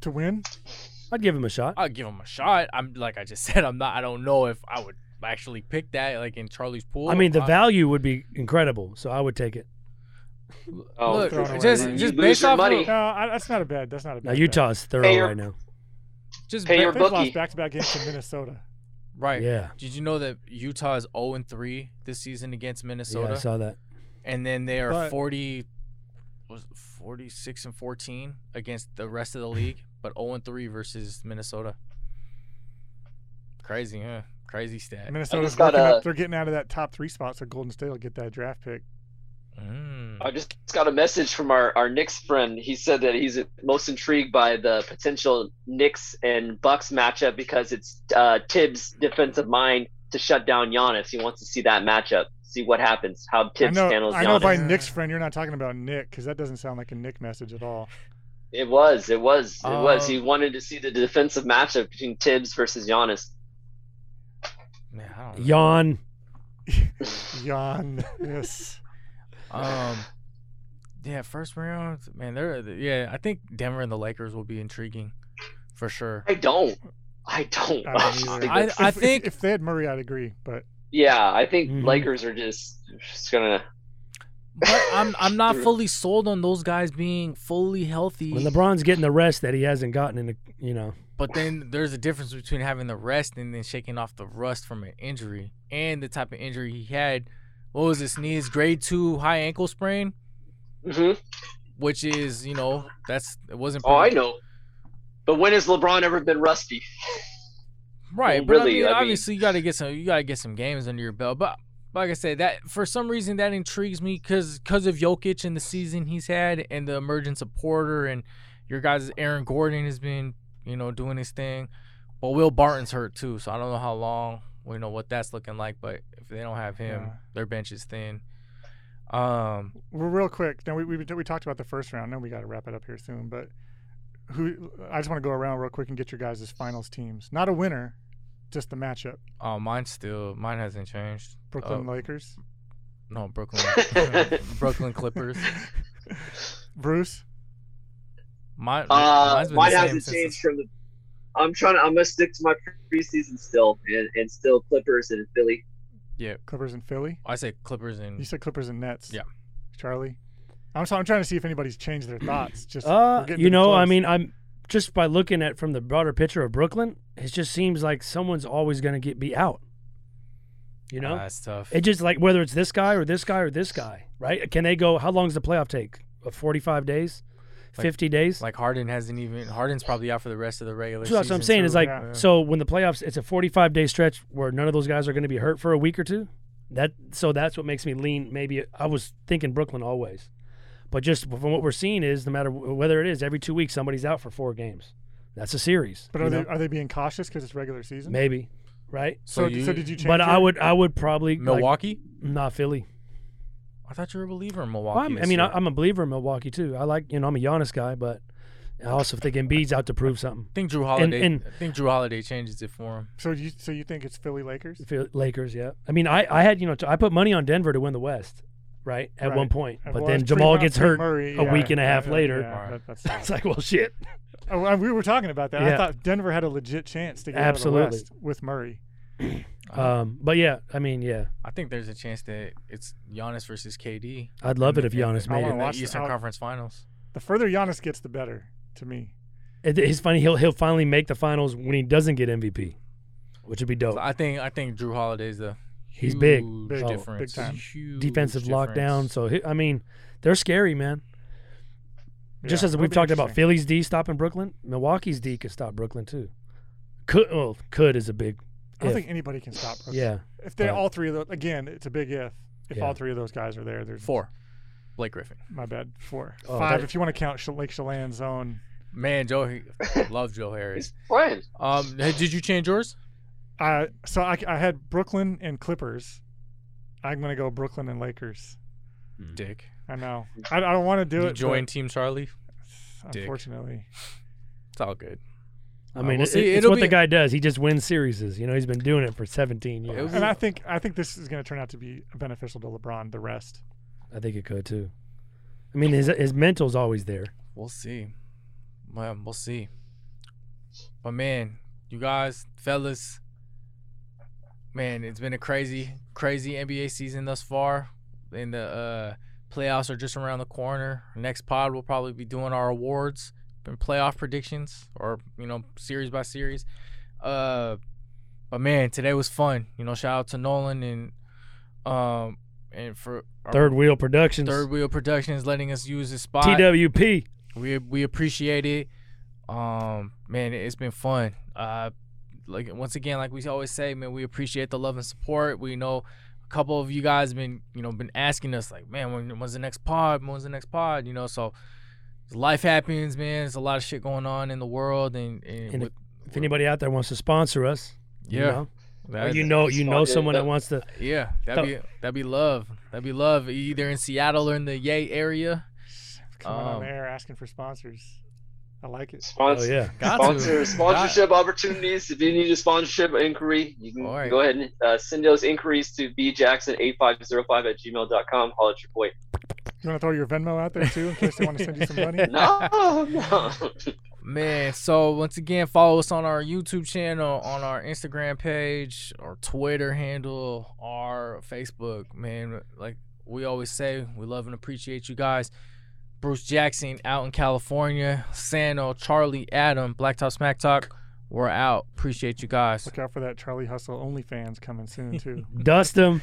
To win, I'd give him a shot. I'll give them a shot. I'm like I just said. I'm not. I don't know if I would actually pick that like in Charlie's pool. Uh, I mean, the I- value would be incredible, so I would take it. Oh, Look, throwing away just money. just You lose based your off money. of- no, I, that's not a bad. That's not a bad. Now bet. Utah's thorough Hey, you're- right now. just Pay ba- your They've bookie. lost back-to-back games to Minnesota. right. Yeah, Did you know that Utah is 0 and 3 this season against yeah, I Minnesota, saw that. and then they are But- 40 was it 46 and 14 against the rest of the league, but 0 and 3 versus Minnesota. Crazy, huh? Crazy stat. Minnesota's got working a- up. They're getting out of that top three spot, so Golden State will get that draft pick. Mm. I just got a message from our, our Knicks friend. He said that he's most intrigued by the potential Knicks and Bucks matchup because it's uh, Tibbs' defensive mind to shut down Giannis. He wants to see that matchup, see what happens, how I Tibbs know. handles I Giannis. know by Giannis. Nick's friend, you're not talking about Nick because that doesn't sound like a Nick message at all. It was, it was, it was. Um, Oh. He wanted to see the defensive matchup between Tibbs versus Giannis. Man, I Uh, don't know. Yawn. Jan, yes. Um, yeah, first round, man. They're yeah. I think Denver and the Lakers will be intriguing, for sure. I don't. I don't. I don't either. think I- that's- If- if- think- if, they had Murray, I'd agree. But yeah, I think Mhm. Lakers are just just gonna I'm I'm not fully sold on those guys being fully healthy. When LeBron's getting the rest that he hasn't gotten in the, you know, But then there's a difference between having the rest and then shaking off the rust from an injury and the type of injury he had. What was his knees? Grade two high ankle sprain, hmm which is you know that's it wasn't. Oh, I pretty- know. But when has LeBron ever been rusty? Right, Well, but really, I mean, I mean- obviously you got to get some you got to get some games under your belt. But like I said, that for some reason that intrigues me because of Jokic and the season he's had and the emergence of Porter and your guys Aaron Gordon has been you know doing his thing. But Will Barton's hurt too, so I don't know how long we know what that's looking like. But if they don't have him, Yeah. their bench is thin. Um, Well, real quick. Now we, we we talked about the first round. Now we got to wrap it up here soon. But who? I just want to go around real quick and get your guys' finals teams. Not a winner, just the matchup. oh, mine's still mine hasn't changed. Brooklyn Oh. Lakers. No, Brooklyn, Brooklyn Clippers. Bruce. Mine, Uh, mine's been the mine same hasn't since the- changed from the. I'm trying. To, I'm gonna stick to my preseason still, and, and still Clippers and Philly. Clippers and Philly. I say Clippers and You said Clippers and Nets. Yeah. Charlie. I'm so I'm trying to see if anybody's changed their thoughts. Just we're uh, getting you pretty know, I close. mean, I'm just by looking at from the broader picture of Brooklyn, it just seems like someone's always going to get be out. You know, Ah, that's tough. it just like whether it's this guy or this guy or this guy, right? Can they go? How long does the playoff take? Uh, Forty-five days, Like- fifty days. Like Harden hasn't even Harden's probably out for the rest of the regular So season. that's what I'm saying. Is too. like yeah. so when the playoffs, it's a 45 day stretch where none of those guys are going to be hurt for a week or two. That so that's what makes me lean. Maybe I was thinking Brooklyn always, but just from what we're seeing is no matter wh- whether it is every two weeks somebody's out for four games. That's a series. But you are they know? are they being cautious because it's regular season? maybe right? so, So you, so did you change? But I your- would I would probably like, Milwaukee? not Philly. I thought you were a believer in Well, Milwaukee. I'm- I this mean I, year. I'm a believer in Milwaukee too. I like you know I'm a Giannis guy, but I also think Embiid's out to prove something. I think Drew Holiday. and- I think Drew Holiday changes it for him. So you so you think it's Philly Lakers? Phil- Lakers, yeah. I mean, I, I had you know t- I put money on Denver to win the West, right? At Right. one point, Uh, but well, then it's Jamal Trey- gets Trey hurt. Murray, a week and a half later. yeah, that- that's- It's like, well, shit. Oh, and we were talking about that. Yeah. I thought Denver had a legit chance to get out of Absolutely. the West with Murray. Uh-huh. Um, but yeah, I mean, yeah, I think there's a chance that it's Giannis versus KD. I'd love it if in the- Giannis I made in wanna it. the watch the- Eastern I'll- Conference Finals. The further Giannis gets, the better to me. it. It's funny he'll he'll finally make the finals when he doesn't get MVP, which would be dope. So I think I think Drew Holiday's the Oh. He's big. huge Big. Oh, big difference. time. Huge Defensive lockdown. difference. So he, I mean, they're scary, man. Just Yeah, as it'll we've be talked about interesting. Philly's D stopping Brooklyn, Milwaukee's D could stop Brooklyn too. Could well, could is a big. I don't if. think anybody can stop. Brooklyn. Yeah, If they but- all three of those again, it's a big if. If Yeah. all three of those guys are there, there's four. Blake Griffin. My bad, four, Oh, five. that- If you want to count Sh- Lake Chelan's own, Man, Joe he- love Joe Harris. He's playing. Um, hey, did you change yours? I so I, I had Brooklyn and Clippers. I'm gonna go Brooklyn and Lakers. Dick. I know. I, I don't want to do you it. join Team Charlie. but Dick. Unfortunately, It's all good. I Uh, mean, we'll it- see. it's It'll what be- the guy does. He just wins series. You know, he's been doing it for 17 years. It'll be- and I think I think this is gonna turn out to be beneficial to LeBron. The rest. I think it could too. I mean, his his mental's always there. We'll see. Well, we'll see. But man, you guys, fellas, man, it's been a crazy, crazy NBA season thus far. And the uh, playoffs are just around the corner. Next pod, we'll probably be doing our awards and playoff predictions, or you know, series by series. Uh, but man, today was fun. You know, shout out to Nolan and um and for our Third Wheel Productions, Third Wheel Productions letting us use his spot. TWP. We we appreciate it. Um, man, it's been fun. Uh, like once again, like we always say, man, we appreciate the love and support. We know a couple of you guys been you know been asking us like, man, when, when's the next pod? When's the next pod? You know, so life happens, man. There's a lot of shit going on in the world, and, and, And with, If anybody out there wants to sponsor us, yeah, you know, or that, you know, you know Sponsor someone that the- wants to. yeah, that'd be that'd be love. That'd be love. Either in Seattle or in the Yay area. Coming Um, on there, asking for sponsors. I like it. Oh Sponsor, yeah, Got to. sponsor Got- sponsorship opportunities. If you need a sponsorship inquiry, you can All right. go ahead and uh, send those inquiries to bjackson8505 at gmail.com. Holler at your boy. You want to throw your Venmo out there too, in case they want to send you some money. No, no. Man, so once again, follow us on our YouTube channel, on our Instagram page, our Twitter handle, our Facebook. Man, like we always say we love and appreciate you guys. Bruce Jackson out in California, Sano, Charlie, Adam, Black Talk Smack Talk. We're out. Appreciate you guys. Look out for that Charlie Hustle OnlyFans coming soon too. Dust them.